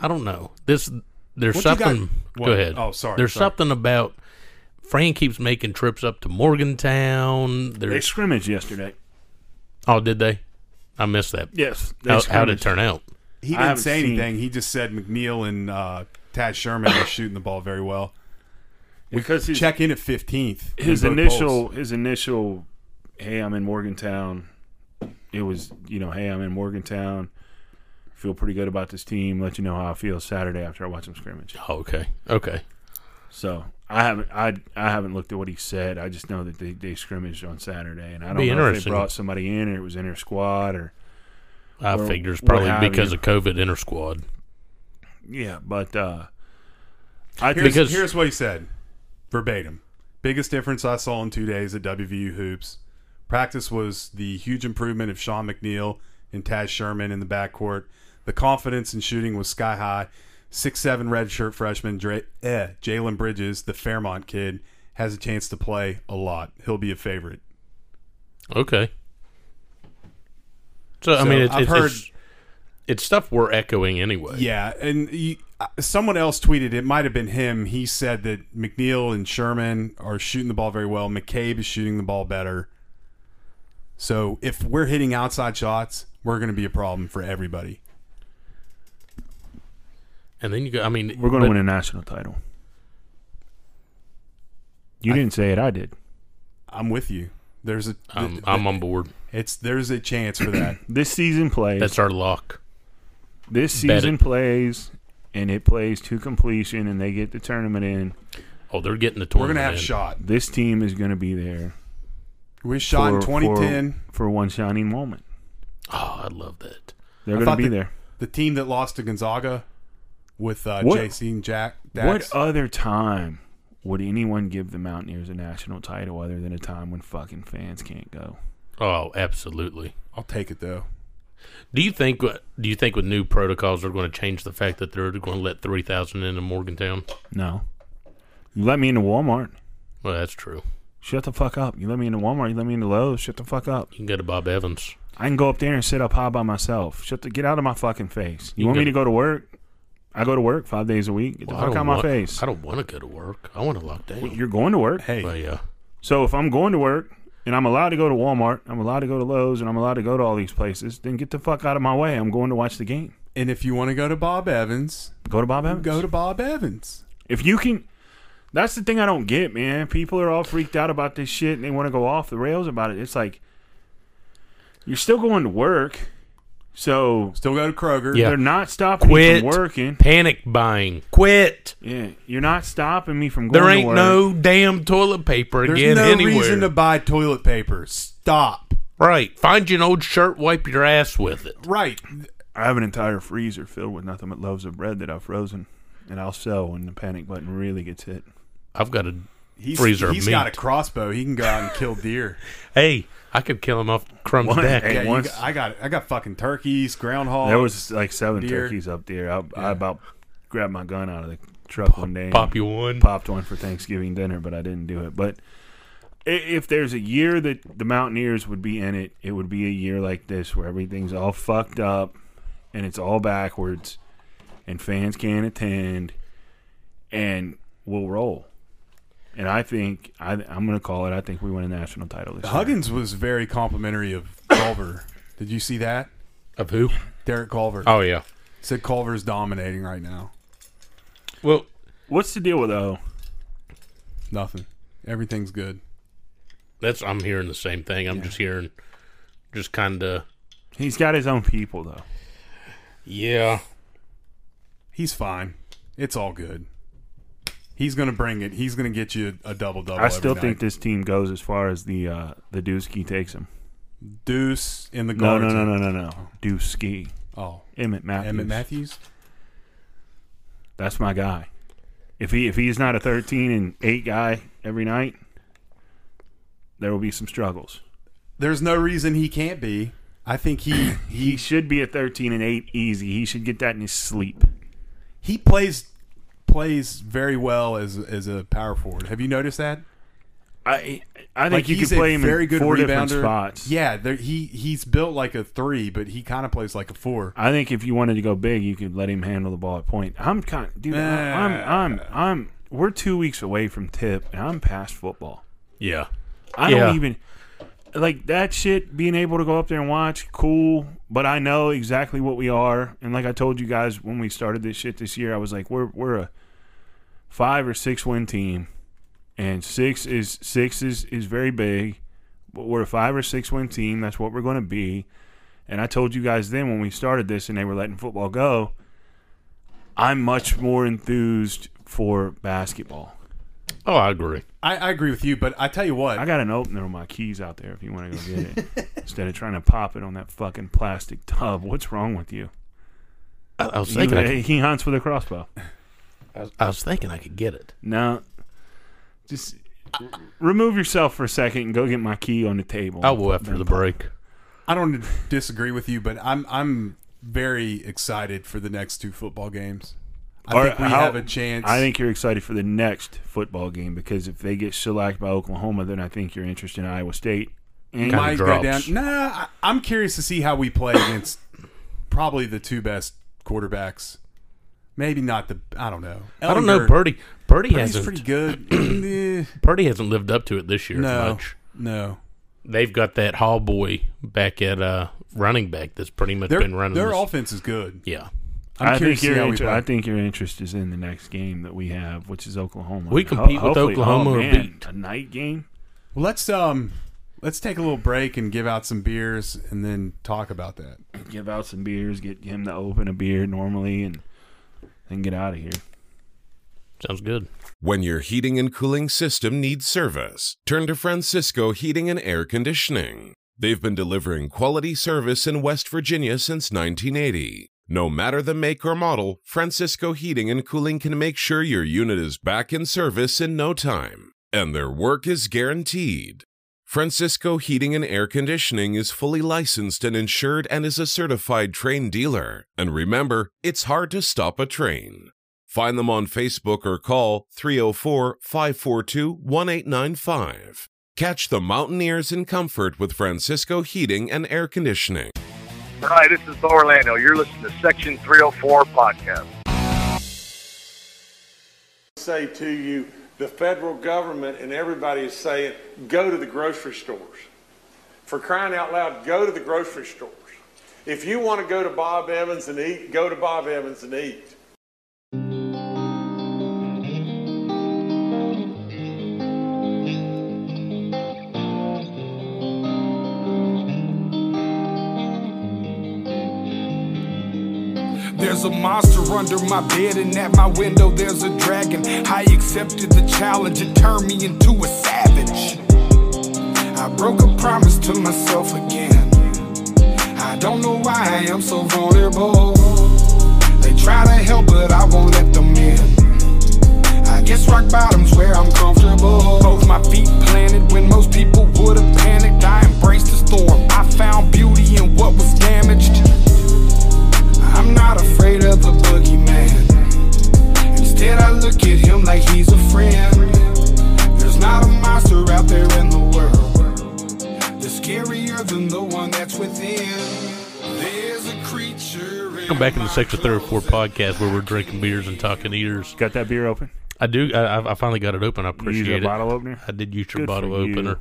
I don't know. This there's
What you
something.
got-
Go
what-
ahead.
oh, sorry,
There's
sorry.
something about Fran keeps making trips up to Morgantown.
They
There's,
scrimmaged yesterday.
oh, did they? I missed that.
Yes. They
How, how'd it
scrimmaged.
turn out?
He
I
didn't
haven't
say
seen-
anything. He just said McNeil and uh, Tad Sherman were shooting the ball very well.
Because his,
Check in at fifteenth.
his initial, his initial, hey, I'm in Morgantown. It was, you know, hey, I'm in Morgantown. Feel pretty good about this team. Let you know how I feel Saturday after I watch them scrimmage.
Oh, okay, okay.
So I haven't, I, I haven't looked at what he said. I just know that they, they scrimmaged on Saturday, and I don't
Be
know if they
interesting.
brought somebody in or it was inner squad or
I
Or
figure it's
what
probably
have
because
you.
of COVID inter squad.
yeah. But uh, I
Here's,
think
Because-
here's what he said, verbatim. Biggest difference I saw in two days at WVU hoops. Practice was the huge improvement of Sean McNeil and Taz Sherman in the backcourt. The confidence in shooting was sky high. Six seven redshirt freshman Dra- eh, Jalen Bridges, the Fairmont kid, has a chance to play a lot. He'll be a favorite.
Okay. So, I
So,
mean, it's,
I've
it's,
heard-
it's it's stuff we're echoing anyway.
Yeah, and you, uh, someone else tweeted it might have been him. He said that McNeil and Sherman are shooting the ball very well. McCabe is shooting the ball better. So if we're hitting outside shots, we're going to be a problem for everybody.
And then you go. I mean,
we're going to
but-
win a national title. You didn't say it. I did.
I'm with you. There's a
I'm, I'm on board.
it's there's a chance for that.
This season plays.
That's our lock.
this
bet
season
it.
plays, and it plays to completion, and they get the tournament in.
Oh, they're getting the
we're
tournament.
going to have
in.
shot.
This team is going to be there.
We shot in
for-
2010.
for, for one shining moment.
Oh, I love that.
They're
I
going to
thought
be
that-
there.
the team that lost to Gonzaga with uh,
What-
JC and Jack. Dax.
What other time would anyone give the Mountaineers a national title other than a time when fucking fans can't go?
Oh, absolutely.
I'll take it though.
Do you think? uh, Do you think with new protocols they're going to change the fact that they're going to let three thousand into Morgantown?
No. You let me into Walmart.
Well, that's true.
Shut the fuck up. You let me into Walmart. You let me into Lowe's. Shut the fuck up.
You can go to Bob Evans.
I can go up there and sit up high by myself. Shut the get out of my fucking face. You,
You
want me
can-
to go to work? I go to work five days a week. Get the
Well, I
fuck
don't
out of my
want-
face.
I don't want to go to work. I want to lock down.
You're going to work.
Hey,
Well, yeah.
So if I'm going to work and I'm allowed to go to Walmart, I'm allowed to go to Lowe's, and I'm allowed to go to all these places, then get the fuck out of my way. I'm going to watch the game.
and if you want to go to Bob Evans,
Go to Bob Evans.
go to Bob Evans.
If you can. That's the thing I don't get, man. People are all freaked out about this shit and they want to go off the rails about it. It's like you're still going to work, so
Still go to Kroger.
Yeah.
they're not stopping you
Quit.
from working.
Panic buying. Quit.
Yeah, you're not stopping me from going.
There
to
ain't
work.
no damn toilet paper
There's
again
no
anywhere.
reason to buy toilet paper. Stop.
Right. Find you an old shirt, wipe your ass with it.
Right.
I have an entire freezer filled with nothing but loaves of bread that I've frozen, and I'll sell when the panic button really gets hit.
I've got a
He's,
freezer of
He's
meat.
got a crossbow. He can go out and kill deer.
hey, I could kill him off Crumb's
One-
deck.
hey,
yeah, you
once-
got- I got I got fucking turkeys, groundhog.
There was like seven
Deer.
turkeys up there. I, I about grabbed my gun out of the truck one day, and
Pop you one.
popped one for Thanksgiving dinner, but I didn't do it. But i- if there's a year that the Mountaineers would be in it, it would be a year like this where everything's all fucked up and it's all backwards, and fans can't attend, and we'll roll. And I think I, I'm going to call it. I think we win a national title this year.
Huggins was very complimentary of Culver. Did you see that?
Of who?
Derek Culver
Oh, yeah.
said Culver's dominating right now.
Well,
What's the deal with O?
Nothing. Everything's good.
that's I'm hearing the same thing. I'm just hearing just kind of,
He's got his own people though.
yeah.
He's fine. It's all good. He's gonna bring it. He's gonna get you a double double.
I still think this team goes as far as the uh, the Dusky takes him.
Deuce in the
No,
guard.
no, no, no, no, no. Dusky,
Oh,
Emmett Matthews.
Emmett Matthews.
That's my guy. If he if he's not a thirteen and eight guy every night, there will be some struggles.
There's no reason he can't be. I think he
He
he
should be a thirteen and eight easy. He should get that in his sleep.
he plays plays very well as as a power forward. Have you noticed that?
I I think you could play him in four different spots.
Yeah, there, he he's built like a three, but he kind of plays like a four.
I think if you wanted to go big, you could let him handle the ball at point. I'm kind, dude. I- I'm, I'm, I'm. we're two weeks away from tip, and I'm past football.
Yeah.
I
Yeah.
don't even like that shit. Being able to go up there and watch, cool. But I know exactly what we are, and like I told you guys when we started this shit this year, I was like, we're we're a five or six win team, and six is six is is very big. But we're a five or six win team. That's what we're going to be. And I told you guys then when we started this, and they were letting football go. I'm much more enthused for basketball.
Oh, I agree.
I, I agree with you, but I tell you what,
I got an opener with my keys out there if you want to go get it. Instead of trying to pop it on that fucking plastic tub. What's wrong with you?
I, I was
You-
thinking. I, could,
he hunts with a crossbow.
I, was, I was thinking I could get it.
No. Just remove yourself for a second and go get my key on the table.
I will after the break.
I don't disagree with you, but I'm I'm very excited for the next two football games. I
Or
think we
how-
have a chance.
I think you're excited for the next football game because if they get shellacked by Oklahoma, then I think your interest in Iowa State. And
Kinda
might go
drops.
down. Nah, I, I'm curious to see how we play against probably the two best quarterbacks. Maybe not the. I don't know.
I don't know.
Ellinger-
Purdy. Purdy
He's
hasn't.
pretty good. Eh,
Purdy hasn't lived up to it this year
no,
much.
no.
They've got that Hall boy back at uh, running back that's pretty much
Their
been running.
their
this-
offense is good.
yeah.
I'm
I think,
curious to see
your
how we
inter-
play.
I think your interest is in the next game that we have, which is Oklahoma.
We
And ho-
compete with
hopefully-
Oklahoma
oh,
or
man,
beat.
a night game.
Well, let's um, let's take a little break and give out some beers and then talk about that.
give out some beers, get him to open a beer normally, and then get out of here.
Sounds good.
When your heating and cooling system needs service, turn to Francisco Heating and Air Conditioning. They've been delivering quality service in West Virginia since 1980. No matter the make or model, Francisco Heating and Cooling can make sure your unit is back in service in no time, and their work is guaranteed. Francisco Heating and Air Conditioning is fully licensed and insured and is a certified train dealer. And remember, it's hard to stop a train. Find them on Facebook or call 304 542 1895. Catch the Mountaineers in comfort with Francisco Heating and Air Conditioning.
Hi, this is Bo Orlando. You're listening to Section 304 Podcast.
say to you, the federal government and everybody is saying, go to the grocery stores. For crying out loud, go to the grocery stores. If you want to go to Bob Evans and eat, go to Bob Evans and eat.
There's a monster under my bed, and at my window there's a dragon. I accepted the challenge, it turned me into a savage. I broke a promise to myself again. I don't know why I am so vulnerable. They try to help, but I won't let them in. I guess rock bottom's where I'm comfortable. Both my feet planted when most people would have panicked. I embraced the storm. I found beauty in what was damaged. I'm not afraid of the boogeyman. Instead, I look at him like he's a friend. There's not a monster out there in the world that's scarier than the one that's within. There's a creature. in
Welcome back in the
my
Section 304
closet.
podcast where we're drinking beers and talking ears.
Got that beer open?
I do. I, I- I finally got it open. I appreciate
a
it.
bottle opener?
I did use your
Good for
bottle
you.
opener.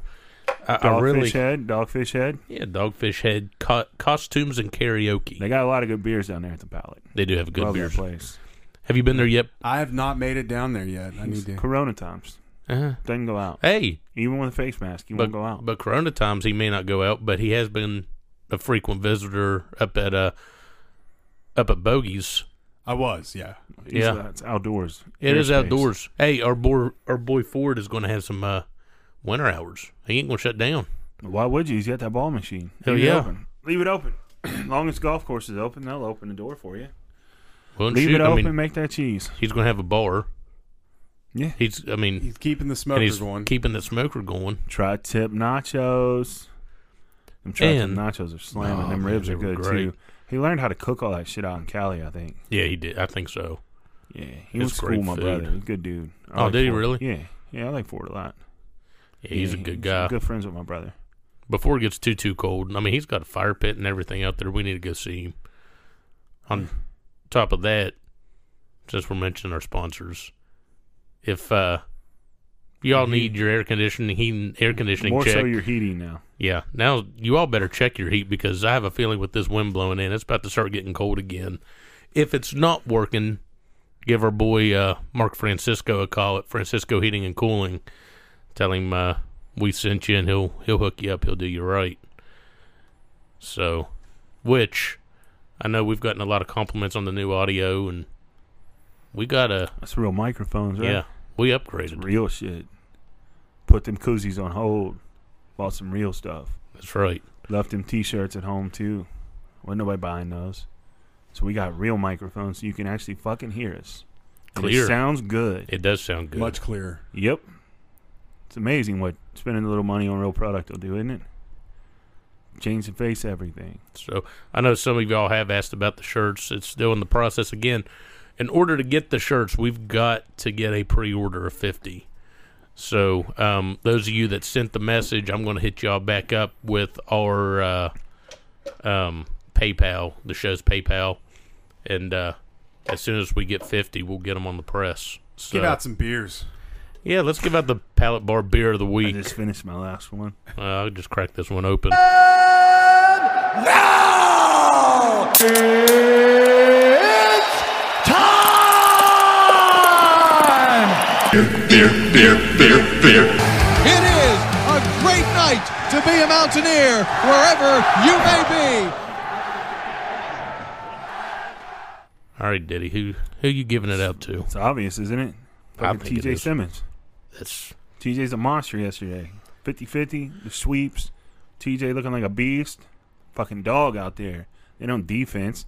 I, I
Dogfish
really.
head, dogfish head.
Yeah, Dogfish Head co- costumes and karaoke.
They got a lot of good beers down there at the pallet.
They do have good
Love that
beers.
place.
Have you been there yet?
I have not made it down there yet. I need to.
Corona times
Uh,
doesn't go out.
hey,
Even with a face mask, you
but,
won't Uh-huh. go out.
but Corona times he may not go out, but he has been a frequent visitor up at uh up at Bogey's.
I was, yeah.
It's,
yeah.
uh, it's outdoors.
It is
Airspace.
outdoors. Hey, our boy our boy Ford is going to have some uh, winter hours. He ain't going to shut down.
Why would you? He's got that ball machine.
Hell
Leave
yeah.
It open. Leave it open. Longest golf course is open. They'll open the door for you.
Well,
Leave
shoot,
it open.
I mean,
make that cheese.
he's going to have a bar.
Yeah.
He's I mean,
He's keeping the
and
smokers
he's
going.
keeping the smoker going.
Tri tip nachos. Them tri tip
And-
nachos are slamming.
Oh,
Them
man,
ribs
they
are
were
good
great.
too. He learned how to cook all that shit out in Cali, I think.
Yeah, he did. I think so.
Yeah,
It's
he was cool.
great
My
food.
brother, He's a good dude. I
Oh,
like
did he
Ford.
really?
Yeah, yeah, I like Ford a lot.
Yeah, he's
Yeah,
a good guy.
Good friends with my brother.
Before it gets too too cold, I mean, he's got a fire pit and everything out there. We need to go see him. On top of that, since we're mentioning our sponsors, If uh, y'all need your air conditioning, heating, air conditioning
More
checked.
so your heating now.
Yeah. Now you all better check your heat because I have a feeling with this wind blowing in, it's about to start getting cold again. If it's not working, give our boy uh, Mark Francisco a call at Francisco Heating and Cooling. Tell him uh, we sent you, and he'll he'll hook you up. He'll do you right. So, which I know we've gotten a lot of compliments on the new audio, and we got a
That's real microphones, right?
yeah we upgraded.
It's real shit. Put them koozies on hold. Bought some real stuff.
That's right.
Left them t-shirts at home too. Wasn't nobody buying those. So we got real microphones so you can actually fucking hear us. And
Clear.
It sounds good.
It does sound good.
Much clearer.
Yep. It's amazing what spending a little money on real product will do, isn't it? Change the face of everything.
So I know some of y'all have asked about the shirts. It's still in the process again. In order to get the shirts, we've got to get a pre-order of fifty. So um, those of you that sent the message, I'm going to hit y'all back up with our uh, um, PayPal, the show's PayPal, and uh, as soon as we get fifty, we'll get them on the press. So,
Give out some beers.
Yeah, let's give out the Pallet Bar Beer of the Week. I
just finished my last one.
Uh, I'll just crack this one open.
Beer, beer, beer, beer.
It is a great night to be a Mountaineer wherever you may be.
All right, Diddy, who who you giving it out to? It's
obvious, isn't it? Fucking
think it
TJ
is.
Simmons.
That's
TJ's a monster yesterday. 50-50, the sweeps. TJ looking like a beast. Fucking dog out there. They don't defense.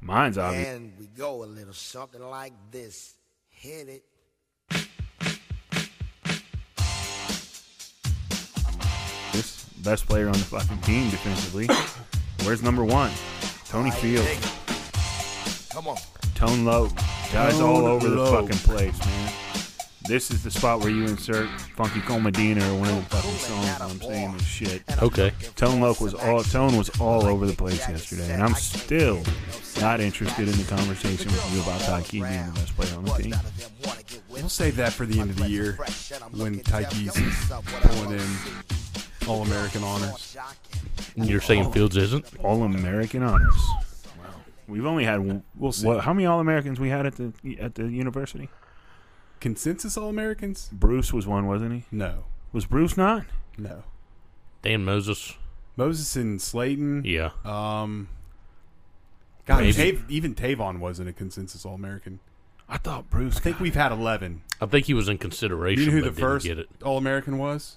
Mine's obvious.
And we go a little something like this. Hit it.
This best player on the fucking team defensively. Where's number one? Tony Field.
Come on.
Tone low. Guys all
Tone
over the
Low.
fucking place, man. This is the spot where you insert Funky Cole Medina or one of the fucking songs. I'm saying this shit.
Okay.
Tone Loc was all Tone was all over the place yesterday, and I'm still not interested in the conversation with you about Ty Key being the best player on the team.
We'll save that for the end of the year when Tyke's pulling in All American honors.
You're saying Fields isn't
All American honors. We've only had one- what, how many All Americans we had at the at the university?
Consensus All Americans?
Bruce was one, wasn't he?
No.
Was Bruce not?
No.
Dan Moses.
Moses and Slayton.
Yeah.
Um. God,
Maybe.
Tav- even Tavon wasn't a consensus All American.
I thought Bruce.
I think we've had eleven.
I think he was in consideration.
you know who
but
the
didn't
first
Get it.
All American was?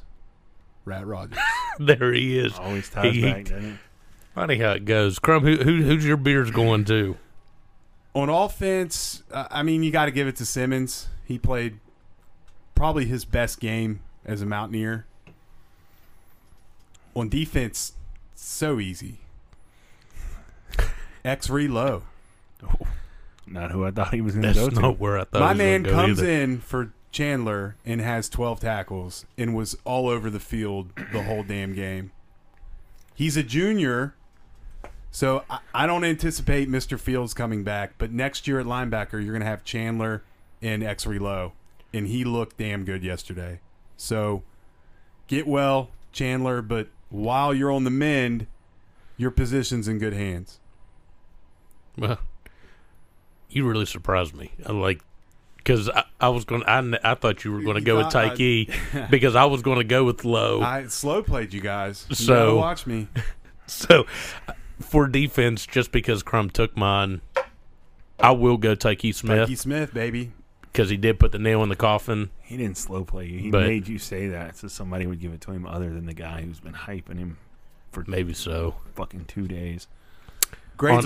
Rat Rogers.
There he is.
Always
ties Oh, back, doesn't it?
Funny how it goes. Crumb, who, who who's your beers going to?
On offense, uh, I mean, you got to give it to Simmons. He played probably his best game as a Mountaineer. On defense, so easy. X Low.
Not who I thought he was going to
That's
go to.
not where I thought
My
he was
man
gonna go
comes
either.
in for Chandler and has 12 tackles and was all over the field the whole damn game. He's a junior, so I, I don't anticipate Mr. Fields coming back. But next year at linebacker, you're going to have Chandler and X Low, and he looked damn good yesterday. So get well, Chandler, but while you're on the mend, your position's in good hands.
Well, you really surprised me. I like because I, I was going. I kn- I thought you were going to
You
go
thought
with
I-
Tyke because I was going to go with Low.
I slow played you guys. You
So-
gotta watch me.
So for defense, just because Crumb took mine, I will go Tyke Smith
Mikey Smith, baby.
because he did put the nail in the coffin.
He didn't slow play you. He
But-
made you say that so somebody would give it to him other than the guy who's been hyping him for
maybe so
fucking two days.
Grades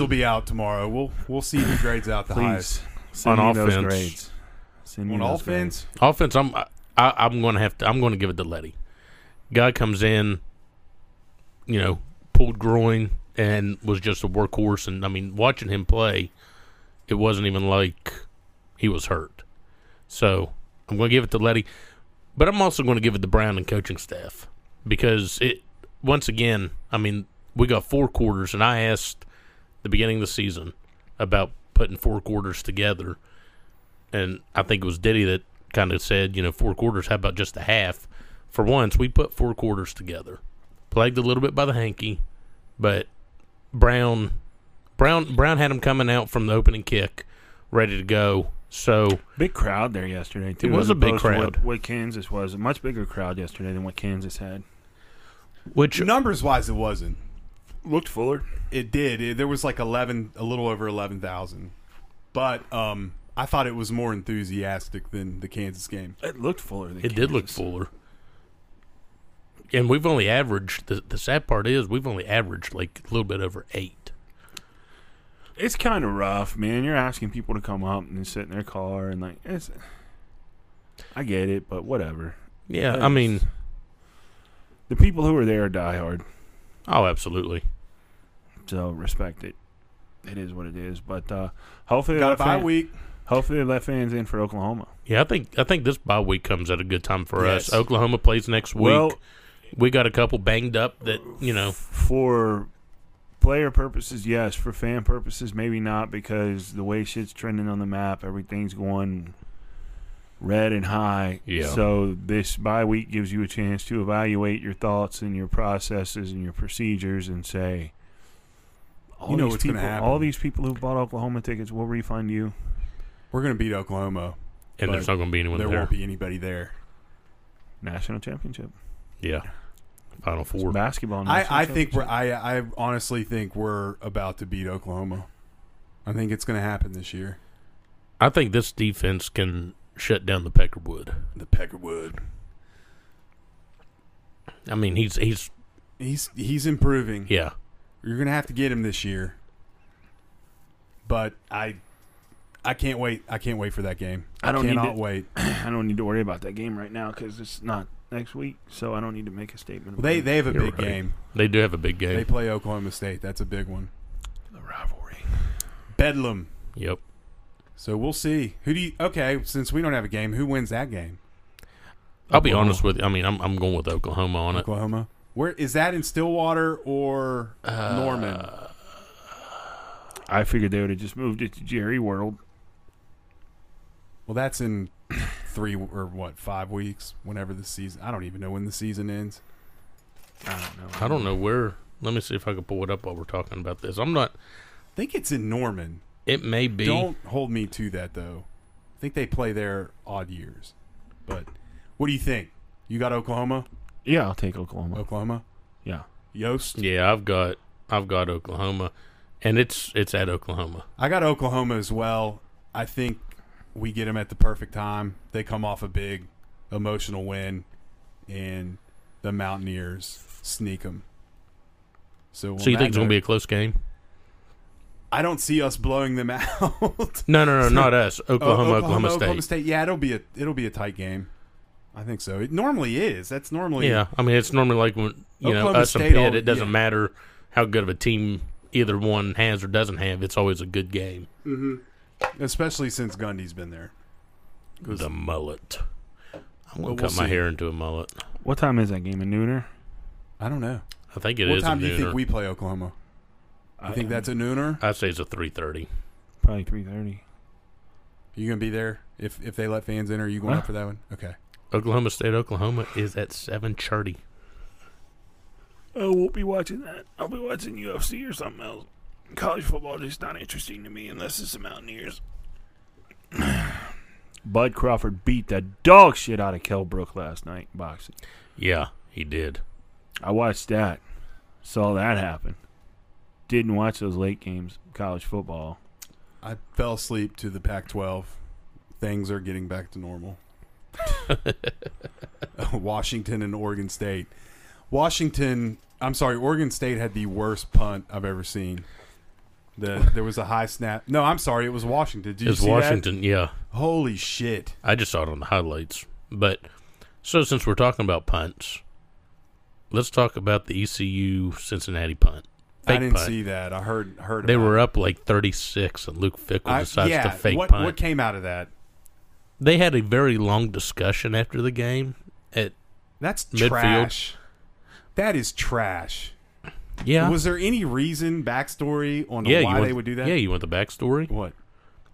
On-
will be out tomorrow. We'll we'll see who grades out the
Please
highest.
send
On
me those
offense.
grades. Send me
On
those
offense?
grades.
Offense, I'm I, I'm going to have to. I'm going to give it to Letty. Guy comes in, you know, pulled groin and was just a workhorse. And I mean, watching him play, it wasn't even like he was hurt. So I'm going to give it to Letty, but I'm also going to give it to Brown and coaching staff because it. Once again, I mean, we got four quarters, and I asked the beginning of the season about putting four quarters together and I think it was Diddy that kind of said, you know, four quarters. How about just the half? For once, we put four quarters together. Plagued a little bit by the hanky, but Brown, Brown, Brown had him coming out from the opening kick, ready to go. So
big crowd there yesterday too.
It was
as
a big
opposed to
crowd.
What, what Kansas was a much bigger crowd yesterday than what Kansas had.
Which
numbers wise, it wasn't.
Looked fuller.
It did. It- there was like eleven, a little over eleven thousand. But um, I thought it was more enthusiastic than the Kansas game.
It looked fuller. Than
It did look fuller. And we've only averaged the the sad part is we've only averaged like a little bit over eight.
It's kind of rough, man. You're asking people to come up and sit in their car and like it's. I get it, but whatever.
Yeah, I
It's-
mean-
the people who are there are diehard.
Oh, absolutely.
So respect it. It is what it is. But uh, hopefully, they
Got a
let
bye
fan-
week.
Hopefully, they let fans in for Oklahoma.
Yeah, I think I think this bye week comes at a good time for
Yes.
us. Oklahoma plays next week.
Well-
we got a couple banged up that you know.
for player purposes, yes. For fan purposes, maybe not because the way shit's trending on the map, everything's going red and high.
Yeah.
So this bye week gives you a chance to evaluate your thoughts and your processes and your procedures and say, all
You know
these
what's gonna
people,
happen.
all these people who bought Oklahoma tickets will refund you.
We're going to beat Oklahoma,
And there's
but
not gonna be anyone
There
there.
won't be anybody there.
National championship.
Yeah, Final Four
basketball. national
I, I think
championship.
we're. I, I honestly think we're about to beat Oklahoma. I think it's going to happen this year.
I think this defense can shut down the Peckerwood.
The Peckerwood.
I mean, he's he's
He's he's improving.
Yeah.
You're going to have to get him this year. But I I can't wait. I can't wait for that game.
I don't
cannot
need to,
wait.
I don't need to worry about that game right now because it's not next week, so I don't need to make a statement.
Well,
about
they
it.
they have a big game.
They do have a big game.
They play Oklahoma State. That's a big one.
The rivalry.
Bedlam.
Yep.
So we'll see. Who do you Okay, since we don't have a game, who wins that game?
I'll be honest with you. I mean, I'm I'm going with Oklahoma on it.
Oklahoma. Where is that in Stillwater or Norman?
I figured they would have just moved it to Jerry World.
Well, that's in 3 or what, 5 weeks whenever the season. I don't even know when the season ends.
I don't know.
I don't know where. Let me see if I can pull it up while we're talking about this. I'm not.
I think it's in Norman.
It may be.
Don't hold me to that though. I think they play there odd years. But what do you think? You got Oklahoma?
Yeah, I'll take Oklahoma.
Oklahoma?
Yeah.
Yost?
Yeah, I've got I've got Oklahoma, and it's it's at Oklahoma.
I got Oklahoma as well. I think we get them at the perfect time. They come off a big emotional win, and the Mountaineers sneak them. So,
so you think it's going to be a close game?
I don't see us blowing them out.
No, no, no, not us.
Oh,
Oklahoma, Oklahoma,
Oklahoma
State.
State. Yeah, it'll be a it'll be a tight game. I think so. It normally is. That's normally
Yeah, I mean it's normally like when you
Oklahoma
know us
State
and Pitt.
all-
It doesn't
yeah.
matter how good of a team either one has or doesn't have. It's always a good game.
hmm Especially since Gundy's been there.
The mullet. I'm
Well,
going to
we'll
cut my
see.
hair into a mullet.
What time is that game? A nooner?
I don't know.
I think it is.
what
a
time do you
nooner.
think we play Oklahoma? You think that's a nooner?
I say it's a three thirty.
Probably three thirty.
You gonna be there if if they let fans in? Or are you going
Huh?
up for that one? Okay.
Oklahoma State, Oklahoma is at seven thirty.
I won't Uh, be watching that. I'll be watching UFC or something else. College football is not interesting to me unless it's the Mountaineers. Bud Crawford beat the dog shit out of Kell Brook last night in boxing.
Yeah, he did.
I watched that. Saw that happen. Didn't watch those late games college football.
I fell asleep to the Pac-12. Things are getting back to normal. Washington and Oregon State. Washington, I'm sorry, Oregon State had the worst punt I've ever seen. The, there was a high snap. No, I'm sorry, it was Washington. Did you
It's
see that?
Washington, yeah.
Holy shit.
I just saw it on the highlights. But so since we're talking about punts, let's talk about the ECU Cincinnati punt.
I
Fake
didn't
punt.
see that. I heard heard.
They
about
were
it.
up like 36 and Luke Fickle
I-
decides
yeah,
to fake
what,
punt.
What came out of that?
They had a very long discussion after the game at
That's
midfield.
trash. That is trash.
Yeah.
Was there any reason, backstory on
yeah,
why
you want,
they would do that?
Yeah, you want the E backstory?
What?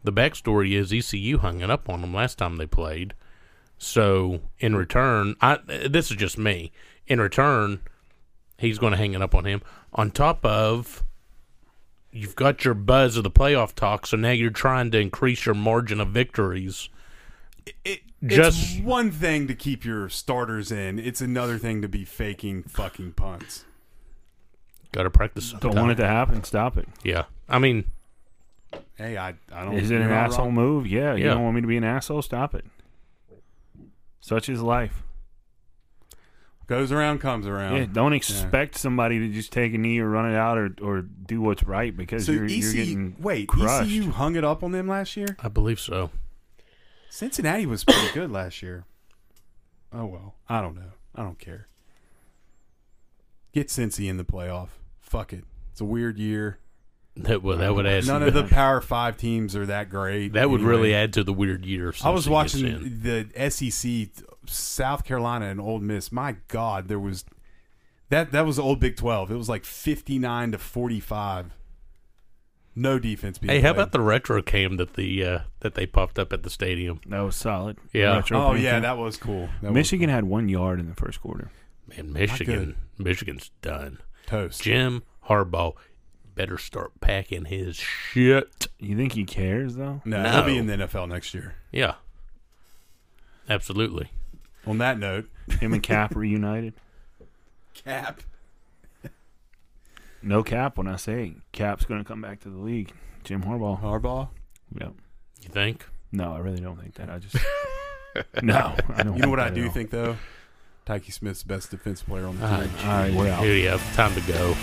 The backstory is ECU hung it up on them last time they played, So in return, I this is just me. In return, he's going to hang it up on him. On top of, you've got your buzz of the playoff talk, so now you're trying to increase your margin of victories. just
it's one thing to keep your starters in. It's another thing to be faking fucking punts.
got to practice.
Don't want it to happen. Stop it.
Yeah, I mean,
Hey, I, I don't.
Is it
you're
an
not
asshole
wrong.
move? Yeah, You
Yeah.
don't want me to be an asshole? Stop it. Such is life.
Goes around, comes around.
Yeah, don't
Yeah.
expect somebody to just take a knee or run it out or, or do what's right because
So
you're,
ECU,
you're getting
wait, E
crushed.
ECU hung it up on them last year.
I believe so.
Cincinnati was pretty good last year. Oh well, I don't know. I don't care. Get Cincy in the playoff. Fuck it. It's a weird year.
That would that would add
None
some-
of the Power Five teams are that great.
That would
anyway.
really add to the weird year. if
I was
Cincy gets in.
watching the SEC, South Carolina and Old Miss. My God, there was that. That was the old Big Twelve. It was like fifty nine to forty five. No defense. Being
Hey, how
played.
about the retro cam that the uh, that they popped up at the stadium?
That was solid.
Yeah.
Retro
Oh,
paint
yeah,
cam.
that was cool. That was
Michigan had one yard in the first quarter.
Man, Michigan, Michigan's done.
Toast.
Jim Harbaugh better start packing his shit.
You think he cares though?
No,
No.
he'll be in the NFL next year.
Yeah, absolutely.
On that note,
Him and Cap reunited.
Cap.
No Cap when I say Cap's going to come back to the league. Jim Harbaugh.
Harbaugh.
Yep.
You think?
No, I really don't think that. I just no. I don't
you know
think
what I
that at
do
all.
think though? Tyke Smith's the best defense player on the
Ah,
team.
gee. Here you have time to go.